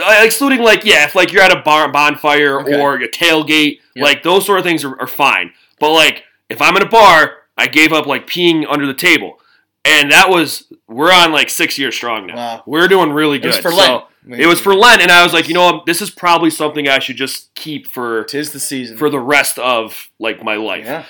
B: Uh, excluding like yeah, if like you're at a bar bonfire
E: Okay.
B: or a tailgate,
E: Yep.
B: like those sort of things are, are fine. But like if I'm in a bar, I gave up like peeing under the table. And that was we're on like six years strong now.
E: Wow.
B: We're doing really
E: It
B: good.
E: was for
B: So,
E: Lent.
B: it was for Lent, and I was like, you know what, this is probably something I should just keep for
E: Tis the season.
B: for the rest of like my life.
E: yeah.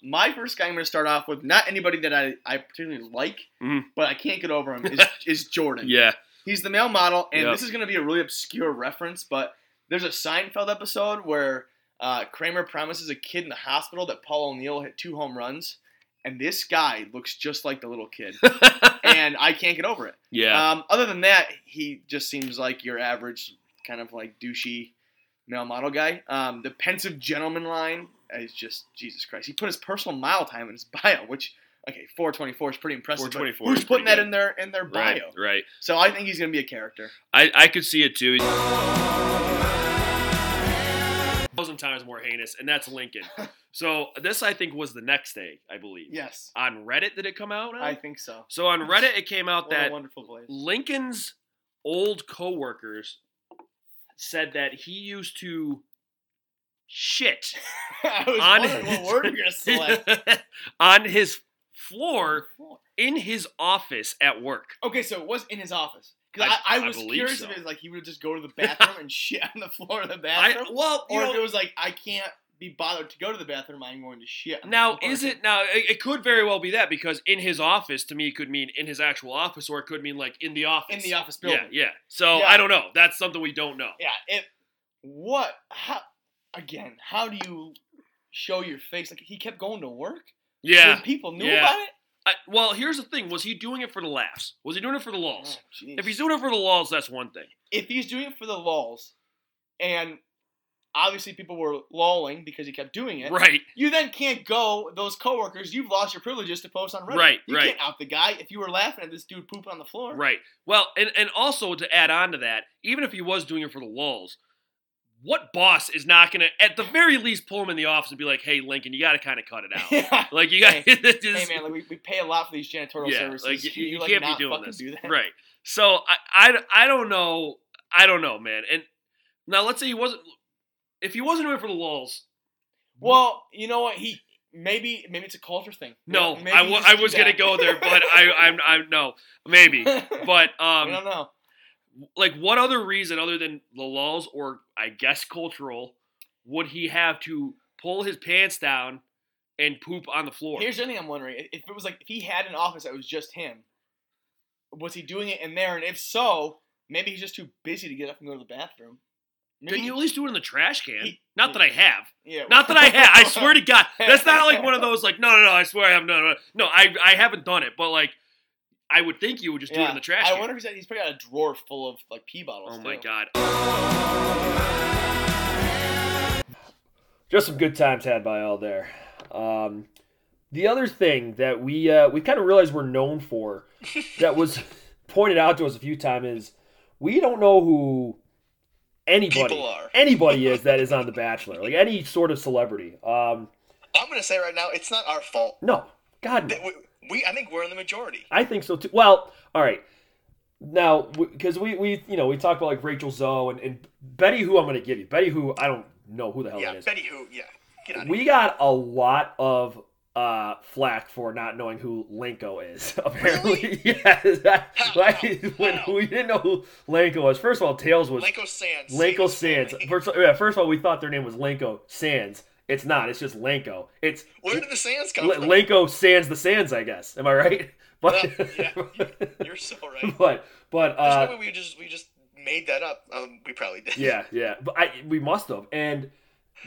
E: My first guy I'm going to start off with, not anybody that I, I particularly like,
B: Mhm.
E: but I can't get over him, is, is Jordan.
B: Yeah.
E: He's the male model, and
B: Yep.
E: this is going to be a really obscure reference, but there's a Seinfeld episode where uh, Kramer promises a kid in the hospital that Paul O'Neill hit two home runs, and this guy looks just like the little kid, and I can't get over it.
B: yeah.
E: Um, other than that, he just seems like your average kind of like douchey male model guy. Um, the pensive gentleman line is just Jesus Christ. He put his personal mile time in his bio, which okay, 424 is pretty impressive. but
B: 424
E: Who's
B: is
E: putting
B: pretty
E: that
B: good.
E: in their in their bio?
B: Right, right.
E: So I think he's gonna be a character.
B: I, I could see it too. Thousand times more heinous, and that's Lincoln. So this I think was the next day, I believe.
E: Yes,
B: On Reddit did it come out? now?
E: I think so.
B: so on Reddit it came out
E: What a
B: that
E: wonderful place.
B: Lincoln's old coworkers said that he used to shit
E: I was
B: On
E: wondering what
B: his-
E: word you're gonna select.
B: on his floor in his office at work.
E: Okay, so it was in his office. 'Cause
B: I-
E: I, I,
B: I
E: was
B: believe
E: curious
B: so.
E: if it was like he would just go to the bathroom and shit on the floor of the
B: I,
E: bathroom.
B: well, you
E: or
B: know,
E: if it was like I can't be bothered to go to the bathroom, I'm going to shit. on the
B: Now,
E: floor.
B: is it now? It, it could very well be that because in his office to me could mean in his actual office, or it could mean like in the office.
E: in the office
B: Yeah,
E: building? Yeah,
B: yeah. So
E: Yeah.
B: I don't know. That's something we don't know.
E: It. What? How? Again? How do you show your face? Like he kept going to work.
B: Yeah.
E: When people knew
B: Yeah.
E: about it.
B: I, well, here's the thing: was he doing it for the laughs? Was he doing it for the
E: Oh,
B: lulz?
E: jeez.
B: If he's doing it for the lulz, that's one thing.
E: if he's doing it for the lulls, and obviously people were lolling because he kept doing it.
B: Right.
E: You then can't go those coworkers. You've lost your privileges to post on Reddit.
B: Right,
E: You
B: right.
E: can't out the guy if you were laughing at this dude pooping on the floor.
B: Right. Well, and and also to add on to that, even if he was doing it for the lulz, what boss is not going to, at the very least, pull him in the office and be like, "Hey, Lincoln, you got to kind of cut it out. like you got
E: Hey,
B: this."
E: hey man, like we, we pay a lot for these janitorial
B: Yeah,
E: services.
B: like, you-
E: Can
B: you
E: like,
B: can't be
E: not
B: doing
E: fucking
B: this.
E: Do that.
B: Right. So I, I, I don't know. I don't know, man. And now let's say he wasn't. If he wasn't doing it for the lulz,
E: Well, you know what? He maybe maybe it's a culture thing.
B: no,
E: Maybe
B: I
E: he
B: wa-
E: just
B: I
E: did
B: was gonna
E: that.
B: go there, but I, I'm, I'm no, maybe. But
E: I don't
B: um,
E: know.
B: like, what other reason other than the lulz or I guess cultural would he have to pull his pants down and poop on the floor?
E: Here's the thing I'm wondering: if if it was like if he had an office that was just him, was he doing it in there? And if so, maybe he's just too busy to get up and go to the bathroom. Maybe
B: Can you at least do it in the trash can?
E: He-
B: not that I have.
E: Yeah.
B: Not that I have. I swear to God, that's not like one of those like no, no, no. I swear I have no, no, no. I I haven't done it, but like I would think you would just do it in the trash.
E: I
B: can.
E: wonder if he's, he's probably got a drawer full of like pee bottles.
B: Oh my
E: too.
B: God.
F: just some good times had by all there. Um, the other thing that we uh, we kind of realized we're known for that was pointed out to us a few times is we don't know who anybody
C: People are.
F: anybody is that is on The Bachelor, like any sort of celebrity. Um,
C: I'm gonna say right now, it's not our fault.
F: no, God,
C: That
F: no.
C: we, we, I think we're in the majority.
F: I think so too. Well, all right. Now, because we, we you know we talked about like Rachel Zoe and, and Betty, who I'm going to give you Betty, who I don't know who the
B: Oh,
F: hell
C: Yeah,
F: that is.
C: Betty who? Yeah, get out of
F: We got a lot of uh, flack for not knowing who Lenko is. Apparently, yes. like when we didn't know who Lenko was. First of all, Tails was
C: here. Lenko Sands.
F: Lenko
C: Sands.
F: Sands. First, yeah, first of all, we thought their name was Lenko Sands. It's not. It's just Lenko. It's
C: Where did the Sands come
F: L-
C: from?
F: Lenko Sands the Sands. I guess. Am I right? But
C: Yeah, You're so right. There's
F: but but uh,
C: no way we just we just made that up. Um, we probably did.
F: yeah, yeah. But I we must have. And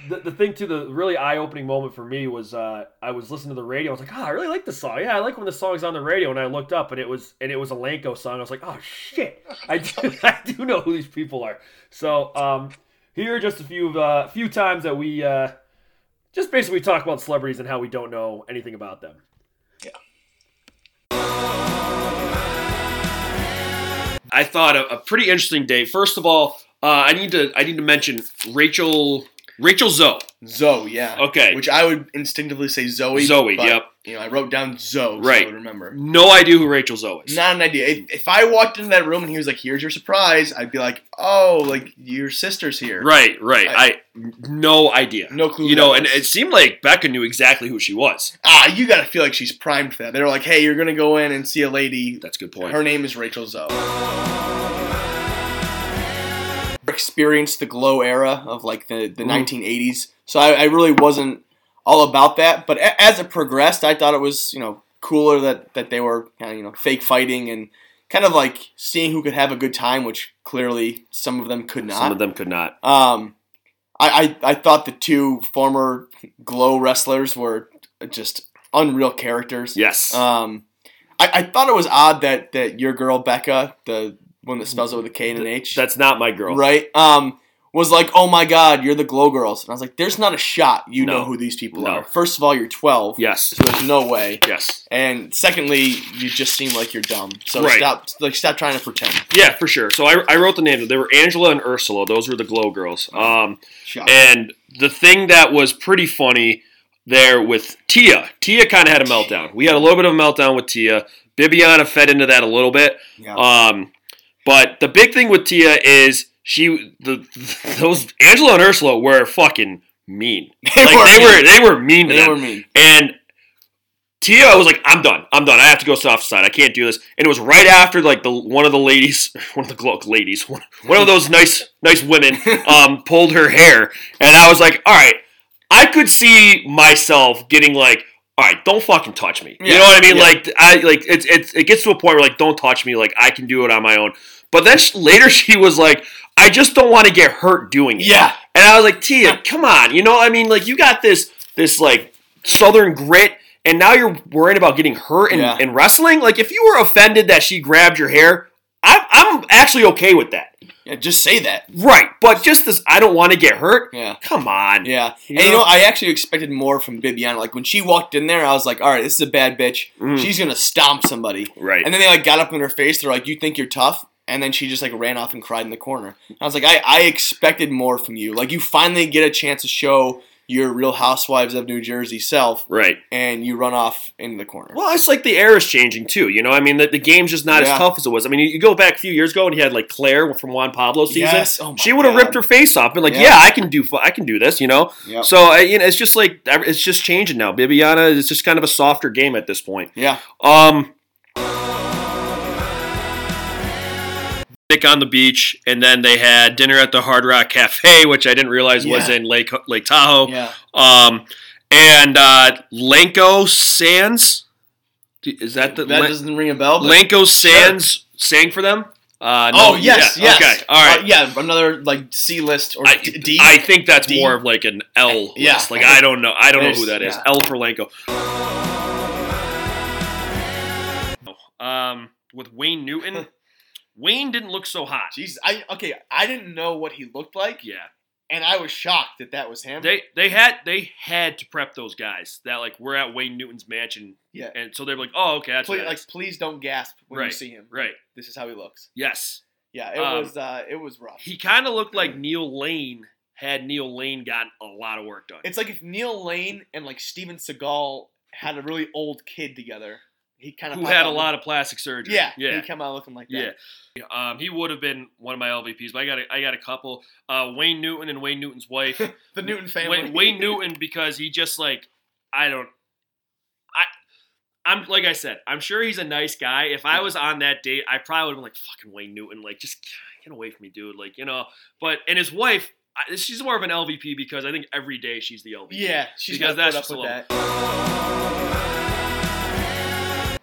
F: the, the thing too, the really eye opening moment for me was uh, I was listening to the radio. I was like, oh, I really like this song. Yeah, I like when the song's on the radio. And I looked up, and it was and it was a Lanco song. I was like, oh shit, I do, I do know who these people are. So um, here are just a few of uh, few times that we uh, just basically talk about celebrities and how we don't know anything about them.
B: I thought a, a pretty interesting day. First of all, uh, I need to I need to mention Rachel Rachel Zoe.
E: Zoe, yeah.
B: Okay.
E: Which I would instinctively say Zoe.
B: Zoe,
E: but,
B: yep.
E: You know, I wrote down Zoe, so
B: Right.
E: I would remember.
B: No idea who Rachel Zoe is.
E: Not an idea. If, if I walked into that room and he was like, "Here's your surprise," I'd be like, "Oh, like your sister's here."
B: Right, right. I, no idea.
E: No clue
B: You
E: who
B: know,
E: that
B: and
E: is.
B: it seemed like Becca knew exactly who she was.
E: Ah, you gotta feel like she's primed for that. They're like, "Hey, you're gonna go in and see a lady.
B: That's a good point.
E: Her name is Rachel Zoe." Experienced the glow era of like the,
B: Mm.
E: the 1980s, so I, I really wasn't all about that. But a- as it progressed, I thought it was you know cooler that that they were kind of you know fake fighting and kind of like seeing who could have a good time, which clearly some of them could not.
B: Some of them could not.
E: Um, I, I I thought the two former Glow wrestlers were just unreal characters.
B: Yes.
E: Um, I, I thought it was odd that that your girl Becca, the one that spells it with a K and an H,
B: That's not my girl.
E: right? Um, was like, oh my God, you're the Glow girls, and I was like, there's not a shot you
B: No.
E: know who these people
B: No.
E: are. First of all, you're 12,
B: Yes.
E: so there's no way.
B: Yes.
E: And secondly, you just seem like you're dumb. So
B: Right.
E: stop, like, stop trying to pretend.
B: Yeah, for sure. So I, I wrote the names. They were Angela and Ursula. Those were the glow girls. Um,
E: Shut up.
B: and the thing that was pretty funny there with Tia, Tia kind of had a meltdown. We had a little bit of a meltdown with Tia. Bibiana fed into that a little bit.
E: Yeah.
B: Um, but the big thing with Tia is she the those Angela and Ursula were fucking mean.
E: They
B: like
E: were
B: they
E: mean.
B: were they were mean to
E: they
B: them.
E: were mean.
B: And Tia was like, "I'm done. I'm done. I have to go soft side. I can't do this." And it was right after like the one of the ladies, one of the glo- ladies, one, one of those nice nice women um, pulled her hair, and I was like, "All right, I could see myself getting like." All right, don't fucking touch me. You
E: Yeah,
B: know what I mean?
E: yeah.
B: Like, I like it's it's it gets to a point where like, don't touch me. Like, I can do it on my own. But then she, later she was like, I just don't want to get hurt doing it.
E: Yeah.
B: And I was like, Tia, come on. You know, I mean, like you got this this like southern grit, and now you're worrying about getting hurt in,
E: Yeah.
B: in wrestling. Like if you were offended that she grabbed your hair, I'm I'm actually okay with that.
E: Yeah, just say that.
B: Right. But just this I don't want to get hurt.
E: Yeah.
B: Come on.
E: Yeah.
B: You
E: and you
B: know?
E: know, I actually expected more from Bibiana. Like when she walked in there, I was like, all right, this is a bad bitch.
B: Mm.
E: She's gonna stomp somebody.
B: Right.
E: And then they like got up in her face, they're like, You think you're tough? And then she just like ran off and cried in the corner. I was like, I, I expected more from you. Like you finally get a chance to show your real housewives of New Jersey self
B: right.
E: and you run off into the corner.
B: Well, it's like the era is changing too. You know, I mean, the, the game's just not
E: Yeah.
B: as tough as it was. I mean, you, you go back a few years ago and he had like Claire from Juan Pablo season.
E: Yes. Oh my
B: she would have
E: God.
B: ripped her face off, and like,
E: Yeah.
B: yeah, I can do, fu- I can do this. You know.
E: Yep.
B: So I, you know, it's just like it's just changing now. Bibiana is just kind of a softer game at this point.
E: Yeah.
B: Um, Dick on the beach, and then they had dinner at the Hard Rock Cafe, which I didn't realize was
E: Yeah.
B: in Lake Lake Tahoe.
E: Yeah.
B: Um, and uh, Lenko Sands. Is that the
E: That doesn't ring a bell. but-
B: Lanko Sands sang for them? Uh,
E: Oh
B: no,
E: yes,
B: yeah,
E: yes.
B: Okay, all right.
E: Uh, yeah, another like C list or
B: I,
E: D. D.
B: I think that's
E: D? Eh,
B: more of like an L
E: Yeah.
B: list. Like I don't know. I don't know who that
E: There's-
B: is.
E: yeah.
B: L for Lanko. Um, with Wayne Newton, Wayne didn't look so hot.
E: Jeez, I okay. I didn't know what he looked like,
B: Yeah,
E: and I was shocked that that was him.
B: they they had they had to prep those guys that like we're at Wayne Newton's mansion,
E: yeah,
B: and so they're like, oh okay, that's what
E: please,
B: that
E: like
B: is.
E: please don't gasp when you
B: Right.
E: see him.
B: right.
E: This is how he looks.
B: Yes,
E: Yeah, it
B: Um,
E: was uh, it was rough.
B: he kind of looked like Neil Lane had Neil Lane gotten a lot of work done.
E: It's like if Neil Lane and like Steven Seagal had a really old kid together. He kind of
B: who had a lot of plastic surgery.
E: yeah,
B: yeah.
E: He come out looking like that.
B: Yeah. Um, he would have been one of my LVPs, but I got a, I got a couple. Uh, Wayne Newton and Wayne Newton's wife.
E: The Newton family.
B: Wayne, Wayne Newton because he just like I don't I I'm like I said, I'm sure he's a nice guy. If I was on that date, I probably would have been like fucking Wayne Newton, like just get away from me, dude. Like, you know, but and his wife, I, she's more of an LVP because I think every day she's the LVP.
E: Yeah, she's
B: Because
E: got
B: that's just a
E: put up with
B: little-
E: that.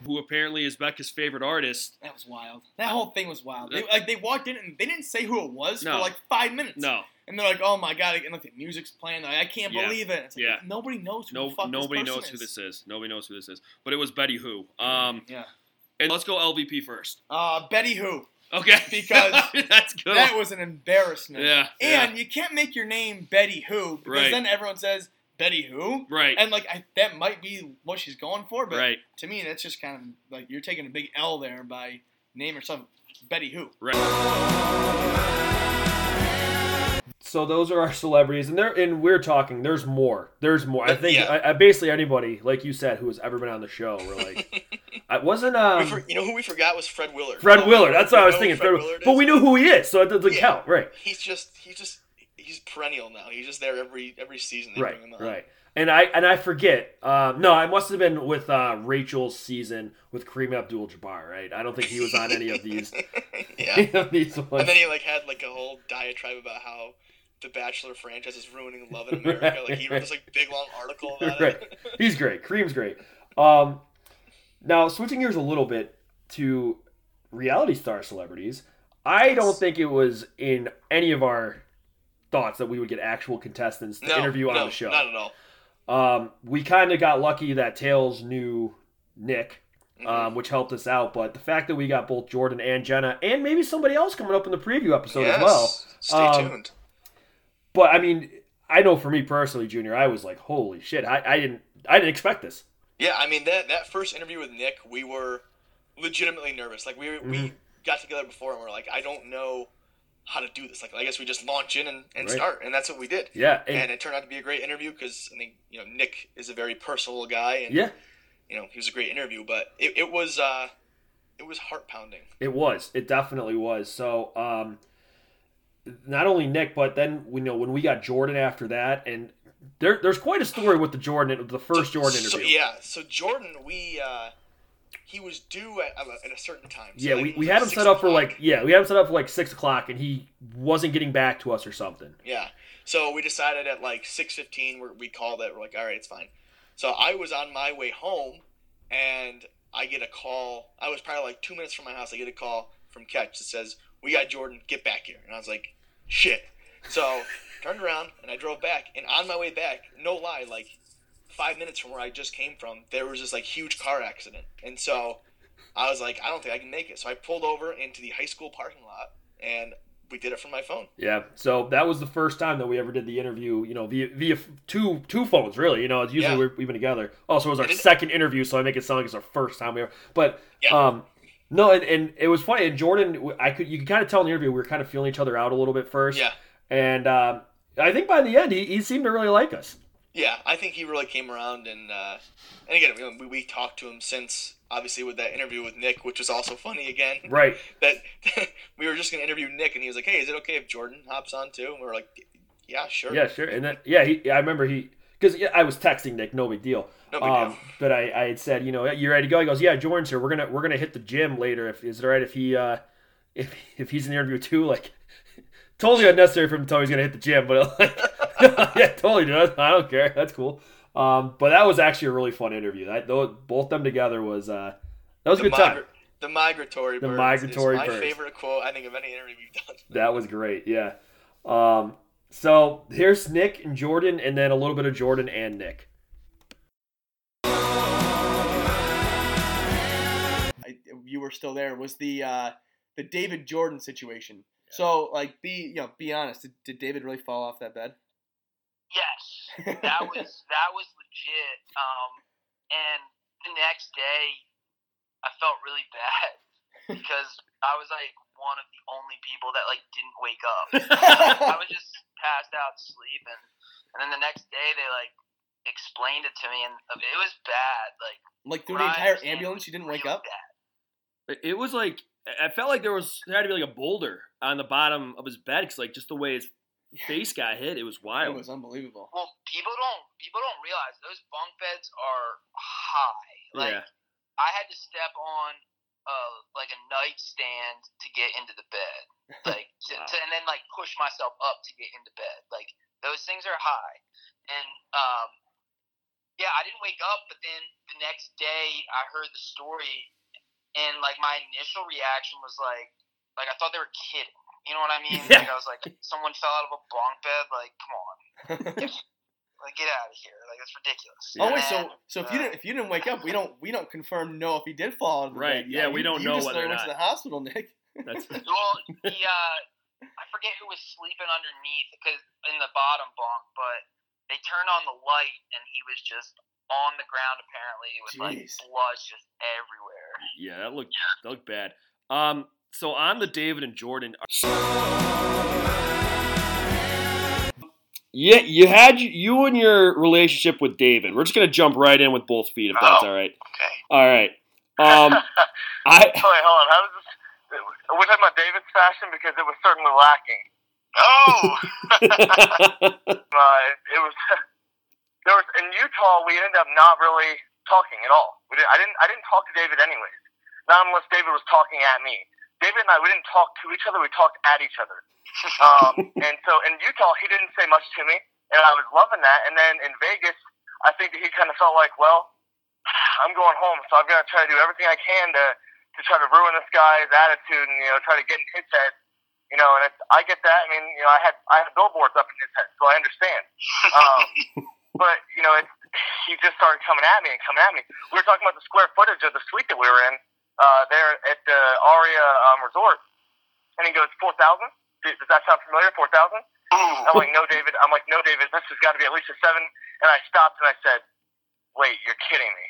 B: Who apparently is Becca's favorite artist.
E: That was wild. That whole thing was wild. They, like they walked in and they didn't say who it was
B: No.
E: for like five minutes.
B: No,
E: And they're like, "Oh my god!" And like the music's playing. Like, I can't
B: Yeah.
E: believe it. It's like,
B: Yeah.
E: Nobody knows who the
B: no,
E: fuck
B: nobody
E: this person
B: knows who
E: is.
B: this is. Nobody knows who this is. But it was Betty Who. Um,
E: Yeah.
B: and let's go LVP first.
E: Uh, Betty Who.
B: Okay,
E: Because
B: that's good.
E: That was an embarrassment.
B: yeah, yeah,
E: And you can't make your name Betty Who because
B: Right.
E: then everyone says Betty Who,
B: right,
E: and like I, that might be what she's going for. But
B: right.
E: to me, that's just kind of like you're taking a big L there by name yourself Betty Who.
B: Right. So those are our celebrities, and they're and we're talking. There's more. There's more. I think
C: Yeah.
B: I, I basically anybody like you said who has ever been on the show. We're like, I wasn't um,
C: we for, you know who we forgot was Fred Willard.
B: Fred
C: Oh,
B: Willard. That's what I was
C: know who
B: thinking.
C: Fred
B: Fred,
C: Willard
B: but
C: is?
B: we knew who he is, so it doesn't
C: Yeah.
B: count. Right.
C: He's just he just he's perennial now. He's just there every every season. They
B: right
C: bring him on.
B: right and i and i forget um, no i must have been with uh, rachel's season with kareem abdul-jabbar right i don't think he was on any of these
C: yeah.
B: any of these ones
C: And then he like had like a whole diatribe about how the Bachelor franchise is ruining love in America. Like he wrote this like big long article about it.
B: he's great kareem's great um, now switching gears a little bit to reality star celebrities i don't think it was in any of our thoughts that we would get actual contestants to
C: No,
B: interview on
C: no,
B: the show
C: Not at all.
B: um, we kind of got lucky that tails knew nick um, which helped us out. But the fact that we got both Jordan and Jenna, and maybe somebody else coming up in the preview episode as well.
C: Stay
B: Um,
C: tuned.
B: But I mean, I know for me personally, Junior, I was like, "Holy shit! I, I didn't, I didn't expect this."
C: Yeah, I mean that that first interview with Nick, we were legitimately nervous. Like we
B: Mm-hmm.
C: we got together before and we're like, I don't know how to do this. Like I guess we just launch in and, and
B: Right.
C: start, and that's what we did.
B: Yeah, and-
C: And it turned out to be a great interview because I think you know Nick is a very personal guy, and
B: yeah,
C: you know he was a great interview. But it, it was uh, it was heart pounding.
B: it was. It definitely was. So, um, not only Nick, but then we know when we got Jordan after that, and there, there's quite a story with the Jordan, the first Jordan
C: So,
B: interview.
C: yeah, so Jordan, we uh, he was due at, at a certain time. So
B: Yeah,
C: like,
B: we,
C: it
B: we
C: was
B: had him
C: six
B: set up for
C: o'clock.
B: like yeah we had him set up for like six o'clock and he wasn't getting back to us or something
C: Yeah. So we decided at like six fifteen, we called it. We're like, all right, it's fine. So I was on my way home, and I get a call. I was probably like two minutes from my house. I get a call from Catch that says, "We got Jordan. Get back here." And I was like, "Shit." So turned around and I drove back. And on my way back, no lie, like five minutes from where I just came from, there was this like huge car accident. And so I was like, I don't think I can make it. So I pulled over into the high school parking lot, and we did it from my phone.
B: Yeah. So that was the first time that we ever did the interview, you know, via via f- two two phones, really. You know, it's usually
C: Yeah.
B: we're, we've been together. Also, it was our
C: And it-
B: second interview, so I make it sound like it's our first time we ever. But
C: Yeah.
B: um, no, and, and it was funny. And Jordan, I could you could kind of tell in the interview we were kind of feeling each other out a little bit first.
C: Yeah.
B: And um, I think by the end, he, he seemed to really like us.
C: Yeah, I think he really came around, and uh, and again, we, we talked to him since obviously with that interview with Nick, which was also funny again.
B: Right.
C: That we were just gonna interview Nick, and he was like, "Hey, is it okay if Jordan hops on too?" And we were like, "Yeah, sure."
B: Yeah. Sure. And then yeah, he, I remember he because yeah, I was texting Nick, no big deal.
C: No big
B: Um,
C: deal.
B: but I, I had said, you know, you ready to go? He goes, yeah, Jordan's here. We're gonna we're gonna hit the gym later. If is it all right if he uh, if if he's in the interview too? Like, totally unnecessary for him to tell me he's gonna hit the gym, but like, yeah, totally, dude. I don't care. That's cool. Um, but that was actually a really fun interview. That though, both them together was uh, that was a
C: The
B: good time.
C: migra- The migratory
B: The
C: birds
B: migratory
C: is my
B: birds.
C: favorite quote I think of any interview we've done.
B: That was great. Yeah. Um, so here's Nick and Jordan, and then a little bit of Jordan and Nick.
E: I, you were still there was the uh, the David Jordan situation. So like be you know be honest. Did, did David really fall off that bed?
G: Yes, that was that was legit. Um, and the next day, I felt really bad because I was like one of the only people that like didn't wake up. I was just passed out sleeping, and then the next day they like explained it to me, and uh, it was bad. Like
E: like through
G: when
E: the
G: I
E: entire
G: understand
E: ambulance, you didn't wake
G: really
E: up.
G: bad.
H: It was like I felt like there was there had to be like a boulder on the bottom of his bed because like just the way his face got hit, it was
E: It
H: wild.
E: was unbelievable.
G: Well, people don't people don't realize those bunk beds are high. Like
H: yeah,
G: I had to step on uh, like a nightstand to get into the bed, like to, to, and then like push myself up to get into bed. Like those things are high, and um, yeah, I didn't wake up. But then the next day, I heard the story, and like my initial reaction was like, like I thought they were kidding. You know what I mean?
H: Yeah.
G: Like I was like, someone fell out of a bunk bed. Like, come on, like get out of here. Like that's ridiculous.
E: Oh wait,
G: And-
E: so so if you didn't if you didn't wake up, we don't we don't confirm no if he did fall out of the
H: Right,
E: bed.
H: yeah, we
E: you-
H: don't
E: you
H: know
E: just
H: whether or
E: went to
H: not.
E: the hospital, Nick.
H: that's
G: well, the uh, I forget who was sleeping underneath because in the bottom bunk, but they turned on the light and he was just on the ground apparently with like
E: Jeez.
G: blood just everywhere.
H: yeah, that looked that looked bad. Um, so on the David and Jordan
B: Yeah, you had you and your relationship with David. We're just gonna jump right in with both feet if that's
G: Oh,
B: all right.
G: Okay.
B: All right. Um, I
I: Wait, hold on. How does this? We're talking about David's fashion because it was certainly lacking.
G: Oh,
I: Uh, it was there was in Utah. We ended up not really talking at all. We didn't, I didn't. I didn't talk to David anyways. Not unless David was talking at me. David and I, we didn't talk to each other. We talked at each other. Um, and so in Utah, he didn't say much to me, and I was loving that. And then in Vegas, I think that he kind of felt like, well, I'm going home, so I've got to try to do everything I can to to try to ruin this guy's attitude and you know try to get in his head. You know, and it's, I get that. I mean, you know, I had I had billboards up in his head, so I understand. Um, but you know, it's, he just started coming at me and coming at me. We were talking about the square footage of the suite that we were in uh, there at the Aria um, Resort, and he goes four thousand. Does that sound familiar? Four thousand.
E: Ah,
G: ooh.
I: I'm like, no, David. I'm like, no, David. This has got to be at least a seven. And I stopped and I said, wait, you're kidding me.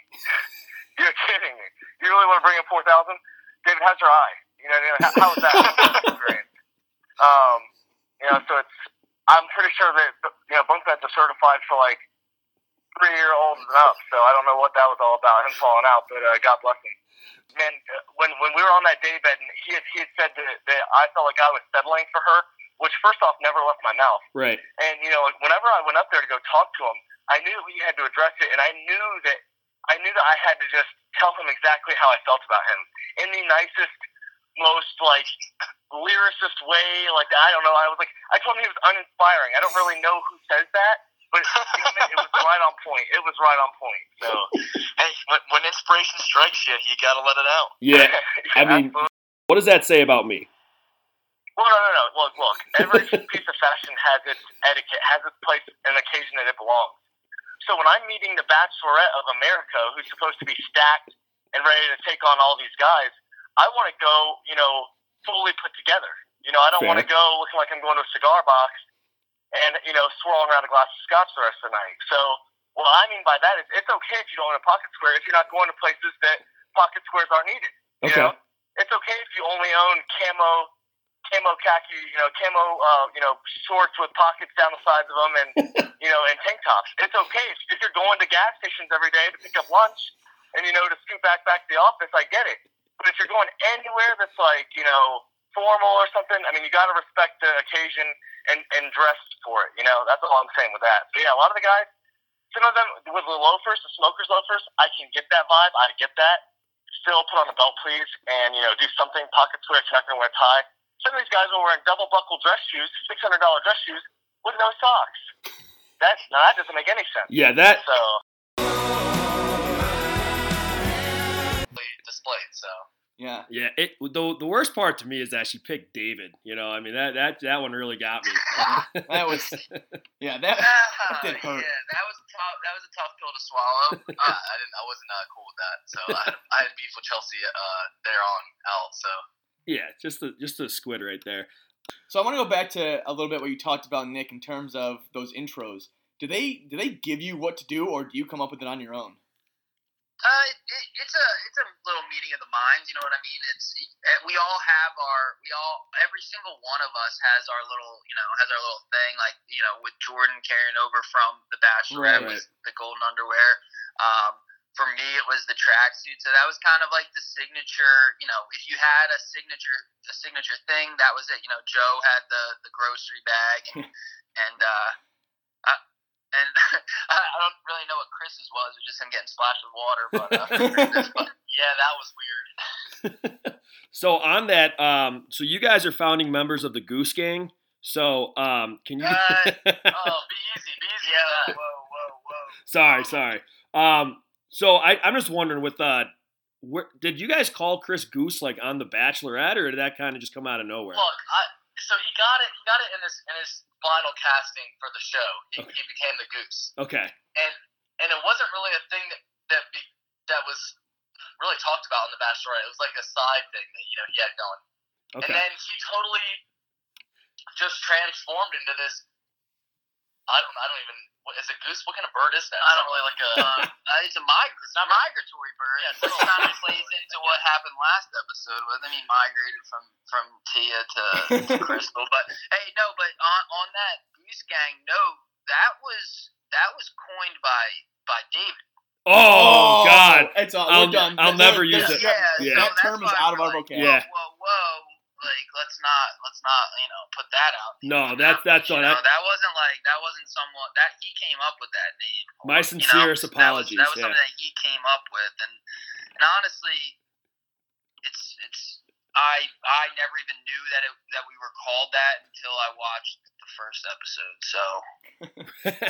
I: you're kidding me. You really want to bring in four thousand? David, how's your eye? You know, what I mean? how, how is that? Great. um, you know, so it's. I'm pretty sure that you know bunk beds are certified for like three year olds and up. So I don't know what that was all about him falling out, but uh, God bless him. Man, uh, when when we were on that daybed, and he had, he had said that, that I felt like I was settling for her, which first off never left my mouth.
B: right.
I: And you know, like, whenever I went up there to go talk to him, I knew that we had to address it, and I knew that I knew that I had to just tell him exactly how I felt about him in the nicest, most like lyricist way. Like I don't know, I was like, I told him he was uninspiring. I don't really know who says that, but you know, man, it was right on point. It was right on point. So
G: Hey, when, when inspiration strikes you, you gotta let it out.
B: Yeah. I mean-
I: absolutely.
B: What does that say about me?
I: Well, no, no, no. Look, look. Every piece of fashion has its etiquette, has its place and occasion that it belongs. So when I'm meeting the Bachelorette of America, who's supposed to be stacked and ready to take on all these guys, I want to go, you know, fully put together. You know, I don't
B: Fair.
I: want to go looking like I'm going to a cigar box and you know swirling around a glass of scotch the rest of the night. So what I mean by that is, it's okay if you don't own a pocket square if you're not going to places that pocket squares aren't needed. You
B: Okay.
I: know, it's okay if you only own camo, camo khaki, you know, camo, uh, you know, shorts with pockets down the sides of them, and you know, and tank tops. It's okay if, if you're going to gas stations every day to pick up lunch, and you know, to scoot back back to the office. I get it, but if you're going anywhere that's like you know formal or something, I mean, you got to respect the occasion and and dress for it. You know, that's all I'm saying with that. But yeah, a lot of the guys. Some of them with the loafers, the smokers loafers, I can get that vibe. I get that still put on a belt, please, and you know, do something. Pocket square, if you're not going to wear a tie. Some of these guys are wearing double buckle dress shoes, six hundred dollar dress shoes with no socks. That's now that doesn't make any sense.
B: Yeah, that
I: So
G: They Display it, so.
E: Yeah.
B: yeah, it the, the worst part to me is that she picked David, you know? I mean, that that that one really got me.
E: That was. Yeah. That.
G: Ah,
E: did hurt.
G: Yeah, that was tough. That was a tough pill to swallow. uh, I didn't. I wasn't uh, cool with that. So I had, I had beef with Chelsea. Uh, there on out. So
B: yeah, just the just the squid right there.
E: So I want to go back to a little bit what you talked about, Nick, in terms of those intros. Do they do they give you what to do, or do you come up with it on your own?
G: uh, it, it, it's a it's a little meeting of the minds. You know what I mean? It's eh, we all have our we all every single one of us has our little you know has our little thing. Like you know with Jordan carrying over from The Bachelorette
B: Right.
G: was the golden underwear. Um, for me, it was the tracksuit. So that was kind of like the signature. You know, if you had a signature, a signature thing, that was it. You know, Joe had the the grocery bag, and and uh, I, and I I don't really know what Chris's was. It was just him getting splashed with water. But, uh, but yeah, that was weird.
B: So on that, um, so you guys are founding members of the Goose Gang. So um, can you?
G: Oh, be easy, be easy. Yeah. Whoa, whoa, whoa.
B: sorry, sorry. Um, so I, I'm just wondering with uh, where, did you guys call Chris Goose like on the Bachelorette, or did that kind of just come out of nowhere?
G: Look, I, so he got it. He got it in his in his final casting for the show. He, he became the goose.
B: Okay,
G: and it wasn't really a thing that that, be, that was really talked about in The Bachelorette. It was like a side thing that you know he had going. And
B: okay,
G: then he totally just transformed into this. I don't. I don't even. What, is it goose? What kind of bird is that? I don't really like a. uh, it's a migratory. It's not migratory bird. Yeah, so it kind of plays into what happened last episode. Wasn't he migrated from from Tia to, to Crystal? But hey, no. But on on that goose gang note, that was that was coined by by David.
B: Oh, God.
E: It's all,
B: I'll-
E: we're done.
B: I'll
E: That's
B: never
E: it.
B: use
E: That's-
B: it.
E: that-
B: Yeah.
E: That
G: so
E: term is
G: that's why
E: out of
G: we're
E: our
G: like,
B: Yeah.
E: vocabulary.
G: Whoa, whoa, whoa! Like let's not let's not you know put that out.
B: No, Oh, that's that's
G: You
B: on
G: know,
B: that.
G: that wasn't like that wasn't someone that he came up with that name.
B: My
G: you know?
B: sincerest
G: That was-
B: apologies.
G: That was,
B: yeah.
G: something that he came up with, and and honestly, it's it's I I never even knew that it that we were called that until I watched the first episode.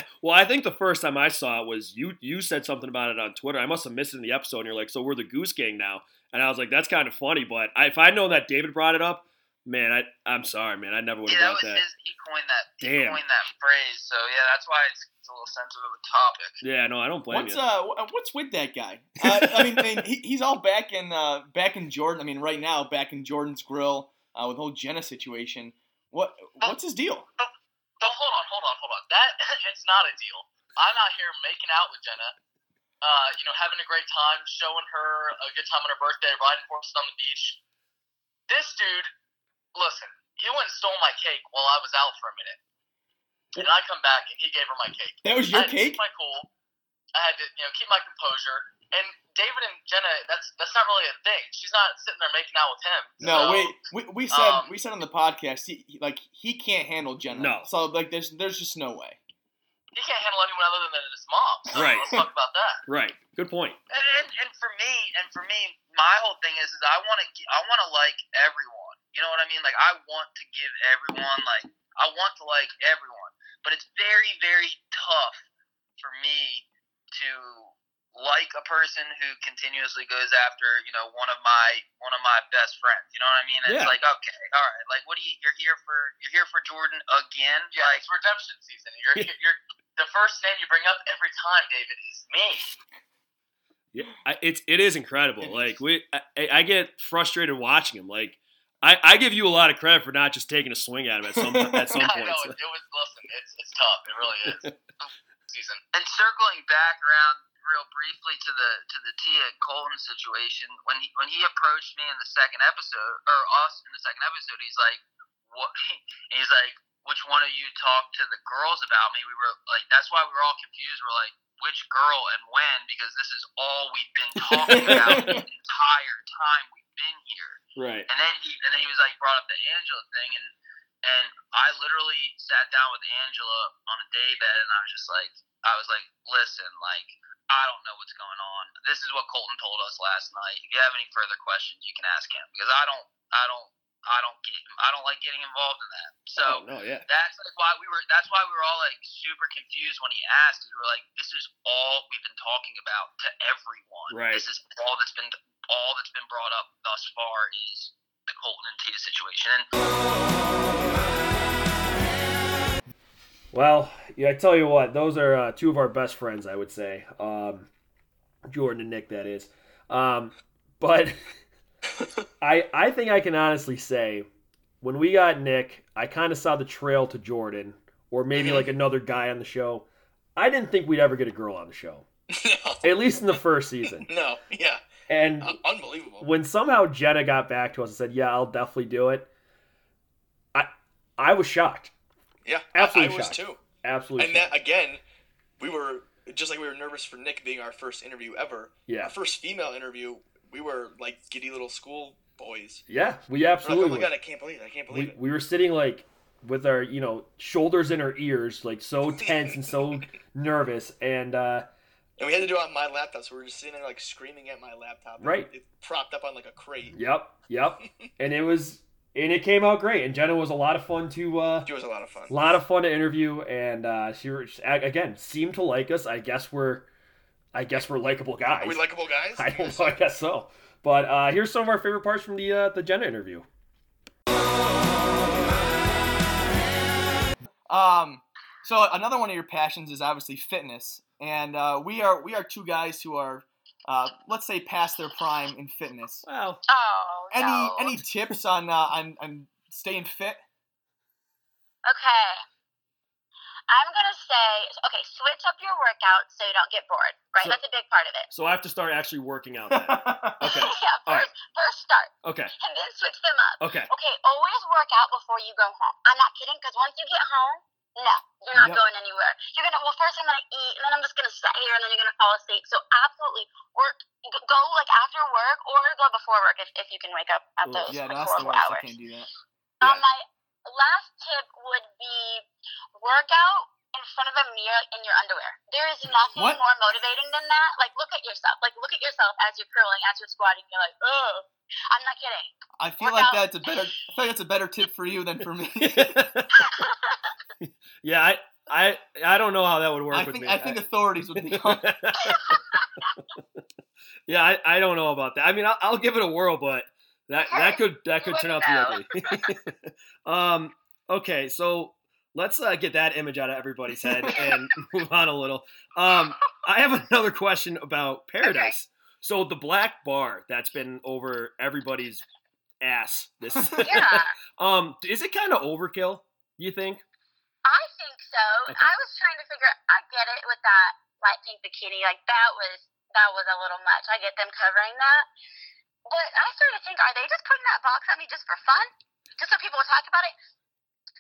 G: So
B: well, I think the first time I saw it was you. You said something about it on Twitter. I must have missed it in the episode. And you're like, "So we're the Goose Gang now?" And I was like, "That's kind of funny." But I, if I know that David brought it up, man, I, I'm sorry, man. I never would have
G: yeah, that
B: brought
G: was
B: that.
G: his. He coined that. He
B: Damn.
G: coined that phrase. So yeah, that's why it's, it's a little sensitive a topic.
B: Yeah, no, I don't blame
E: What's
B: you.
E: uh, wh- what's with that guy? Uh, I mean, I mean, he, he's all back in uh, back in Jordan. I mean, right now, back in Jordan's grill uh, with the whole Jenna situation. What what's his deal?
G: But hold on, hold on, hold on. That it's not a deal. I'm out here making out with Jenna. Uh, you know, having a great time, showing her a good time on her birthday, riding horses on the beach. This dude, listen, you went and stole my cake while I was out for a minute, and I come back and he gave her my cake.
E: That was your
G: I had to
E: cake.
G: Keep my cool. I had to, you know, keep my composure. And David and Jenna, that's that's not really a thing. She's not sitting there making out with him.
E: No,
G: So,
E: wait. We, we
C: Uh,
E: said
G: um,
E: we said on the podcast, he, he- like he can't handle Jenna.
B: No.
E: So like, there's there's just no way.
G: He can't handle anyone other than his mom. So
B: Right.
G: Let's talk about that.
B: Right. Good point.
G: And, and, and for me, and for me, my whole thing is, is I want to, I want to like everyone. You know what I mean? Like I want to give everyone, like I want to like everyone. But it's very, very tough for me to like a person who continuously goes after, you know, one of my one of my best friends. You know what I mean? It's
B: Yeah.
G: like, okay, all right, like what do you? You're here for, you're here for Jordan again. Yeah, it's redemption season. You're, you're, you're the first name you bring up every time, David, is me.
B: Yeah, I, it's it is incredible.
E: It
B: like we, I, I get frustrated watching him. Like I, I give you a lot of credit for not just taking a swing at him at some at some
G: I
B: point.
G: know it, it was. Listen, it's it's tough. It really is. Season and circling back around real briefly to the to the Tia Colton situation. When he when he approached me in the second episode, or us in the second episode, he's like, "What?" He's like, "Which one of you talked to the girls about me?" We were like, "That's why we were all confused." We're like. Which girl and when? Because this is all we've been talking about the entire time we've been here.
B: Right.
G: And then he, and then he was like brought up the Angela thing, and and I literally sat down with Angela on a daybed, and I was just like, I was like, listen, like I don't know what's going on. This is what Colton told us last night. If you have any further questions, you can ask him because I don't, I don't, I don't get, I don't like getting involved in that. So.
B: Oh, no, yeah.
G: That's like why we were. That's why we were all like super confused when he asked. 'cause we were like, "This is all we've been talking about to everyone.
B: Right.
G: This is all that's been all that's been brought up thus far is the Colton and Tia situation." And
F: Well, yeah, I tell you what, those are uh, two of our best friends, I would say. Um, Jordan and Nick, that is. Um, but I, I think I can honestly say, when we got Nick, I kind of saw the trail to Jordan, or maybe like another guy on the show. I didn't think we'd ever get a girl on the show,
C: no,
F: at least in the first season.
C: no, yeah,
F: And
C: Un- unbelievable.
F: when somehow Jenna got back to us and said, "Yeah, I'll definitely do it," I I was shocked,
C: yeah,
F: absolutely
C: I, I was
F: shocked.
C: too.
F: absolutely.
C: And that
F: shocked.
C: again, we were just like we were nervous for Nick being our first interview ever.
F: yeah,
C: Our first female interview, we were like giddy little school boys.
F: yeah, we
C: We're like,
F: absolutely.
C: oh my
F: were.
C: god, I can't believe it! I can't believe
F: we, we were sitting like with our you know shoulders in our ears, like so tense and so nervous, and uh,
C: it! And we had to do it on my laptop, so we were just sitting there like screaming at my laptop.
F: Right.
C: It propped up on like a crate.
F: yep, yep, and it was and it came out great, and Jenna was a lot of fun to. Uh,
C: It was a lot of fun.
F: a lot of fun to interview, and uh, she, re- she a- again seemed to like us. I guess we're, I guess we're likable guys.
C: Are we likable guys?
F: I don't know. I guess so. But uh, here's some of our favorite parts from the uh, the Jenna interview.
E: Um, so another one of your passions is obviously fitness, and uh, we are we are two guys who are, uh, let's say, past their prime in fitness.
F: Well,
J: Oh,
E: Any
J: no.
E: any tips on uh, on on staying fit?
J: Okay. I'm gonna say okay. Switch up your workout so you don't get bored. Right,
B: So-
J: that's a big part of it.
B: So I have to start actually working out. Then. Okay.
J: yeah, first,
B: All right.
J: first start,
B: Okay.
J: and then switch them up.
B: Okay.
J: Okay, always work out before you go home. I'm not kidding, because once you get home, No, you're not
E: Yep.
J: going anywhere. You're gonna well first I'm gonna eat and then I'm just gonna sit here and then you're gonna fall asleep. So absolutely work g- go like after work or go before work if, if you can wake up at
B: Ooh,
J: those
E: Yeah,
J: like,
E: that's the
J: horrible
E: worst. I
J: hours.
E: can't do that.
I: Yeah.
J: Um, my last tip would be work out in front of a mirror in your underwear. There is nothing
E: What?
J: more motivating than that. Like look at yourself. Like look at yourself as you're curling, as you're squatting. You're like, oh, I'm not kidding.
E: I feel
J: Work
E: like
J: out.
E: that's a better. I feel like that's a better tip for you than for me.
B: yeah, I, I, I don't know how that would work
E: I
B: with
E: think
B: me.
E: I think authorities would be. Gone.
B: yeah, I, I don't know about that. I mean, I'll, I'll give it a whirl, but that that could that could turn out to be ugly. um, okay, so let's uh, get that image out of everybody's head and move on a little. Um, I have another question about paradise. So the black bar that's been over everybody's ass this
J: Yeah.
B: um is it kind of overkill you think
J: I think so.
B: Okay.
J: I was trying to figure. I get it with that light pink bikini. Like that was that was a little much. I get them covering that, but I started to think, are they just putting that box on me just for fun, just so people will talk about it?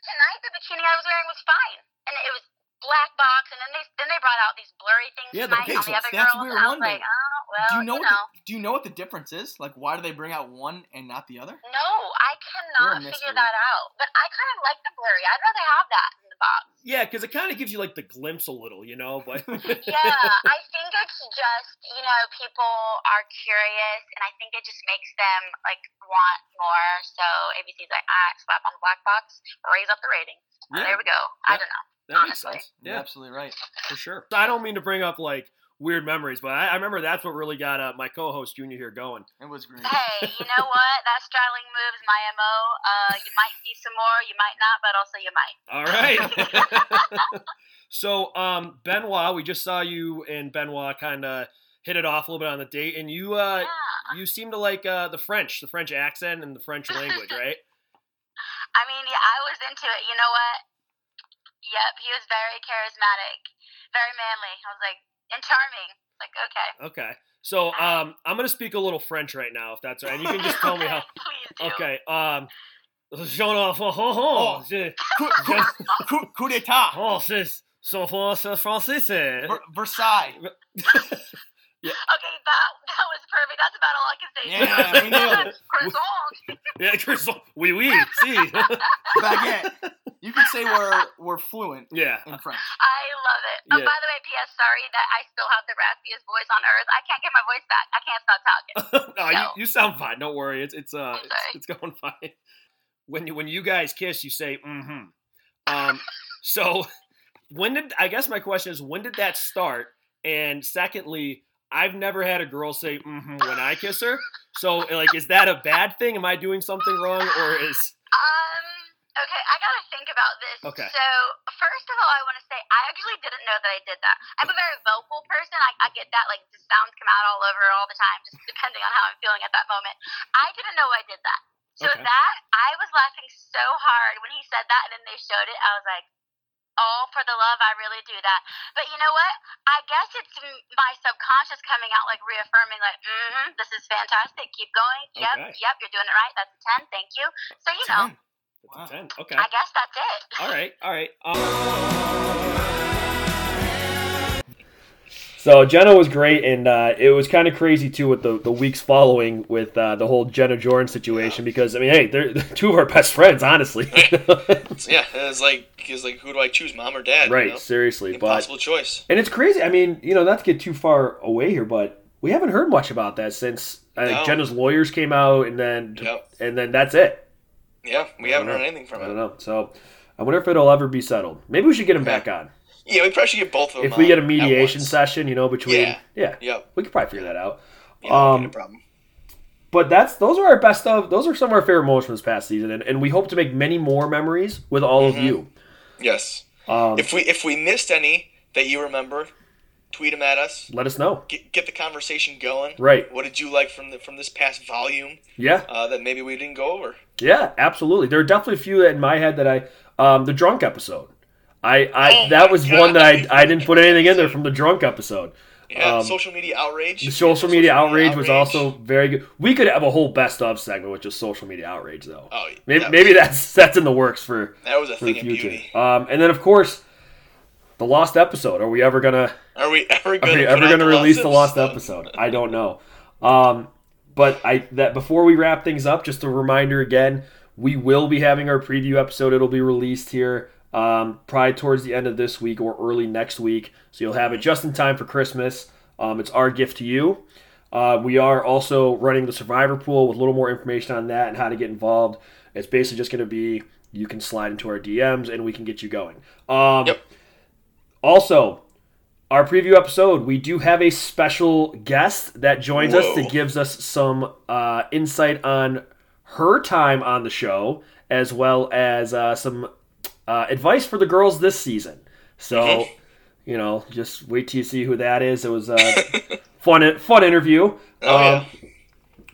J: Tonight, the bikini I was wearing was fine, and it was black box. And then they then they brought out these blurry things
E: Yeah, the
J: tonight on
E: pixels.
J: the other
E: That's
J: girls.
E: what we
J: and
E: were
J: I was like,
E: wondering.
J: oh well,
E: do you know,
J: you
E: what
J: know.
E: The, do you know what the difference is? Like, why do they bring out one and not the other?
J: no, I cannot
E: mystery.
J: figure that out. But I kind of like the blurry. I'd rather have that in the box.
B: yeah because it kind of gives you like the glimpse a little you know but
J: yeah, I think it's just, you know, people are curious and I think it just makes them like want more. So ABC's like, ah, slap on the black box, raise up the ratings.
B: Yeah.
J: There we go.
B: Yeah.
J: I don't know.
B: that makes
J: Honestly.
B: sense
E: You're absolutely right.
B: for sure. I don't mean to bring up like weird memories, but I, I remember that's what really got uh, my co-host Junior here going.
E: It was great.
J: Hey, you know what? That straddling move is my MO. Uh, you might see some more, you might not, but also you might.
B: All right. so, um, Benoit, we just saw you and Benoit kind of hit it off a little bit on the date, and you uh,
J: yeah.
B: you seem to like uh, the French, the French accent, and the French language, right?
J: I mean, yeah, I was into it. You know what? Yep, he was very charismatic, very manly. I was like, and charming. Like, okay.
B: Okay. So, um, I'm gonna speak a little French right now, if that's all right. And you can just tell me how.
J: Please do.
B: Okay. Um, Jean-Enfant, je-
E: coup, coup, coup, coup d'état.
B: oh, c'est- son français, français.
E: Ver- Versailles.
J: Okay, that that was perfect. That's about all I can
E: Yeah,
J: say.
B: we nailed
E: it.
J: Croissant.
B: Yeah, croissant. Oui, oui, si.
E: Baguette. You could say we're we're fluent
B: yeah.
E: in French.
J: I love it. Oh,
B: Yeah.
J: by the way, P.S. Sorry that I still have the raspiest voice on earth. I can't get my voice back. I can't stop talking.
B: no, you,
J: No.
B: you sound fine. Don't worry. It's it's uh
J: I'm
B: it's,
J: sorry.
B: it's going fine. When you when you guys kiss, you say mm-hmm. Um so when did I guess my question is when did that start? And secondly, I've never had a girl say mm-hmm when I kiss her. So like is that a bad thing? Am I doing something wrong or is
J: Um. Okay, I gotta think about this.
B: Okay.
J: So first of all, I want to say I actually didn't know that I did that. I'm a very vocal person. I, I get that like the sounds come out all over all the time, just depending on how I'm feeling at that moment. I didn't know I did that. So
B: Okay.
J: that I was laughing so hard when he said that, and then they showed it. I was like, "Oh, for the love, I really do that." But you know what? I guess it's m- my subconscious coming out, like reaffirming, like, mm "This is fantastic. Keep going. Yep,
B: Okay.
J: yep, you're doing it right. That's a ten. Thank you." So you know,
E: Wow.
B: Ten. Okay.
J: I guess that's it.
B: All right, all right. um. so Jenna was great, and uh, it was kind of crazy too with the, the weeks following with uh, the whole Jenna Jordan situation because I mean, hey, they're, they're two of our best friends, honestly.
C: So, yeah, it's like it's like who do I choose, mom or dad? You
B: right,
C: know?
B: seriously, but
C: Impossible choice.
B: and it's crazy. I mean, you know, not to get too far away here, but we haven't heard much about that since I think
C: No.
B: Jenna's lawyers came out, and then
C: Yep.
B: and then that's it.
C: Yeah, we
B: I don't
C: haven't heard
B: know.
C: anything
B: I
C: from
B: don't
C: it.
B: know. So I wonder if it'll ever be settled. Maybe we should get him
C: Yeah.
B: back on.
C: Yeah, we probably should get both of them.
B: if we get a
C: on at
B: mediation
C: once.
B: session, you know, between yeah,
C: Yeah. Yep.
B: we could probably figure that out.
C: Yeah, um,
B: Um,
C: a problem.
B: But that's those are our best of those are some of our favorite moments from this past season, and, and we hope to make many more memories with all of you.
C: Yes.
B: Um,
C: Mm-hmm. If we if we missed any that you remember, tweet them at us.
B: let us know.
C: Get, get the conversation going.
B: Right.
C: What did you like from the from this past volume
B: Yeah,
C: uh, that maybe we didn't go over?
B: yeah, absolutely. There are definitely a few in my head that I um, the drunk episode. I, I
C: Oh
B: that
C: my
B: was
C: God.
B: one that I, I didn't put anything in there from the drunk episode.
C: Yeah,
B: Um,
C: social media outrage.
B: The social media outrage was also very good. We could have a whole best of segment with just social media outrage, though.
C: Oh,
B: Maybe,
C: that-
B: maybe that's that's in the works for
C: that was a
B: for the
C: thing of
B: future.
C: beauty.
B: Um, and then of course, the lost episode. Are we ever gonna
C: Are we ever
B: are
C: going
B: we
C: to
B: ever gonna release the lost episode? I don't know. Um, but I that before we wrap things up, just a reminder again, we will be having our preview episode. It'll be released here um, probably towards the end of this week or early next week, so you'll have it just in time for Christmas. Um, it's our gift to you. Uh, we are also running the survivor pool with a little more information on that and how to get involved. It's basically just going to be you can slide into our DMs and we can get you going. Um,
C: Yep.
B: Also, our preview episode, we do have a special guest that joins us
C: Whoa.
B: that gives us some uh, insight on her time on the show as well as uh, some uh, advice for the girls this season. So,
C: Mhm.
B: you know, just wait till you see who that is. It was uh, a fun, fun interview.
C: Oh,
B: Um,
C: yeah.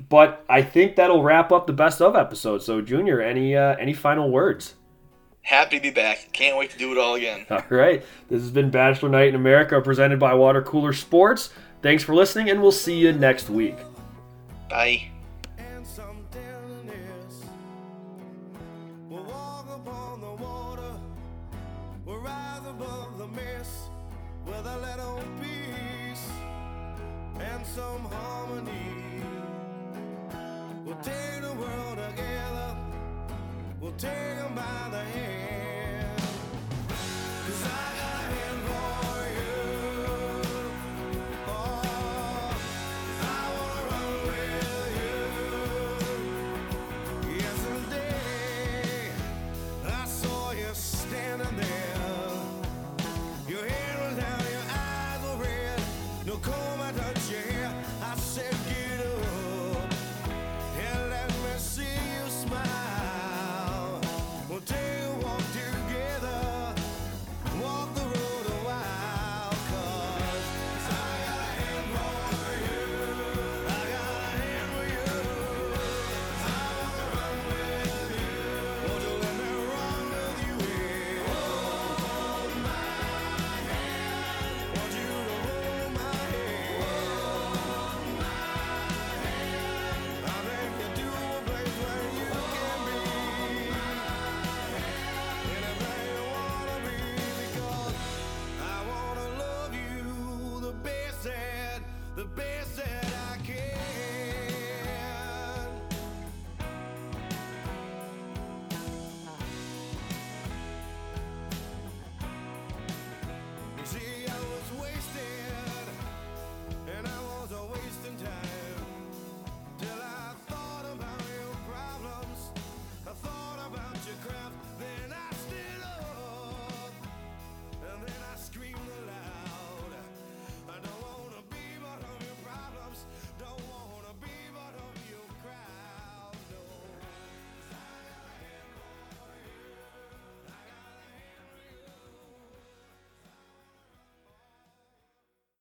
B: But I think that'll wrap up the best of episode. So, Junior, any uh, any final words?
C: Happy to be back. Can't wait to do it all again.
B: All right, this has been Bachelor Night in America, presented by Water Cooler Sports. Thanks for listening, and we'll see you next week.
C: Bye.
A: and something else. We'll walk upon the water, we'll rise above the mist with a little peace and some harmony. We'll take the world together, we'll take 'em by the hand. Oh,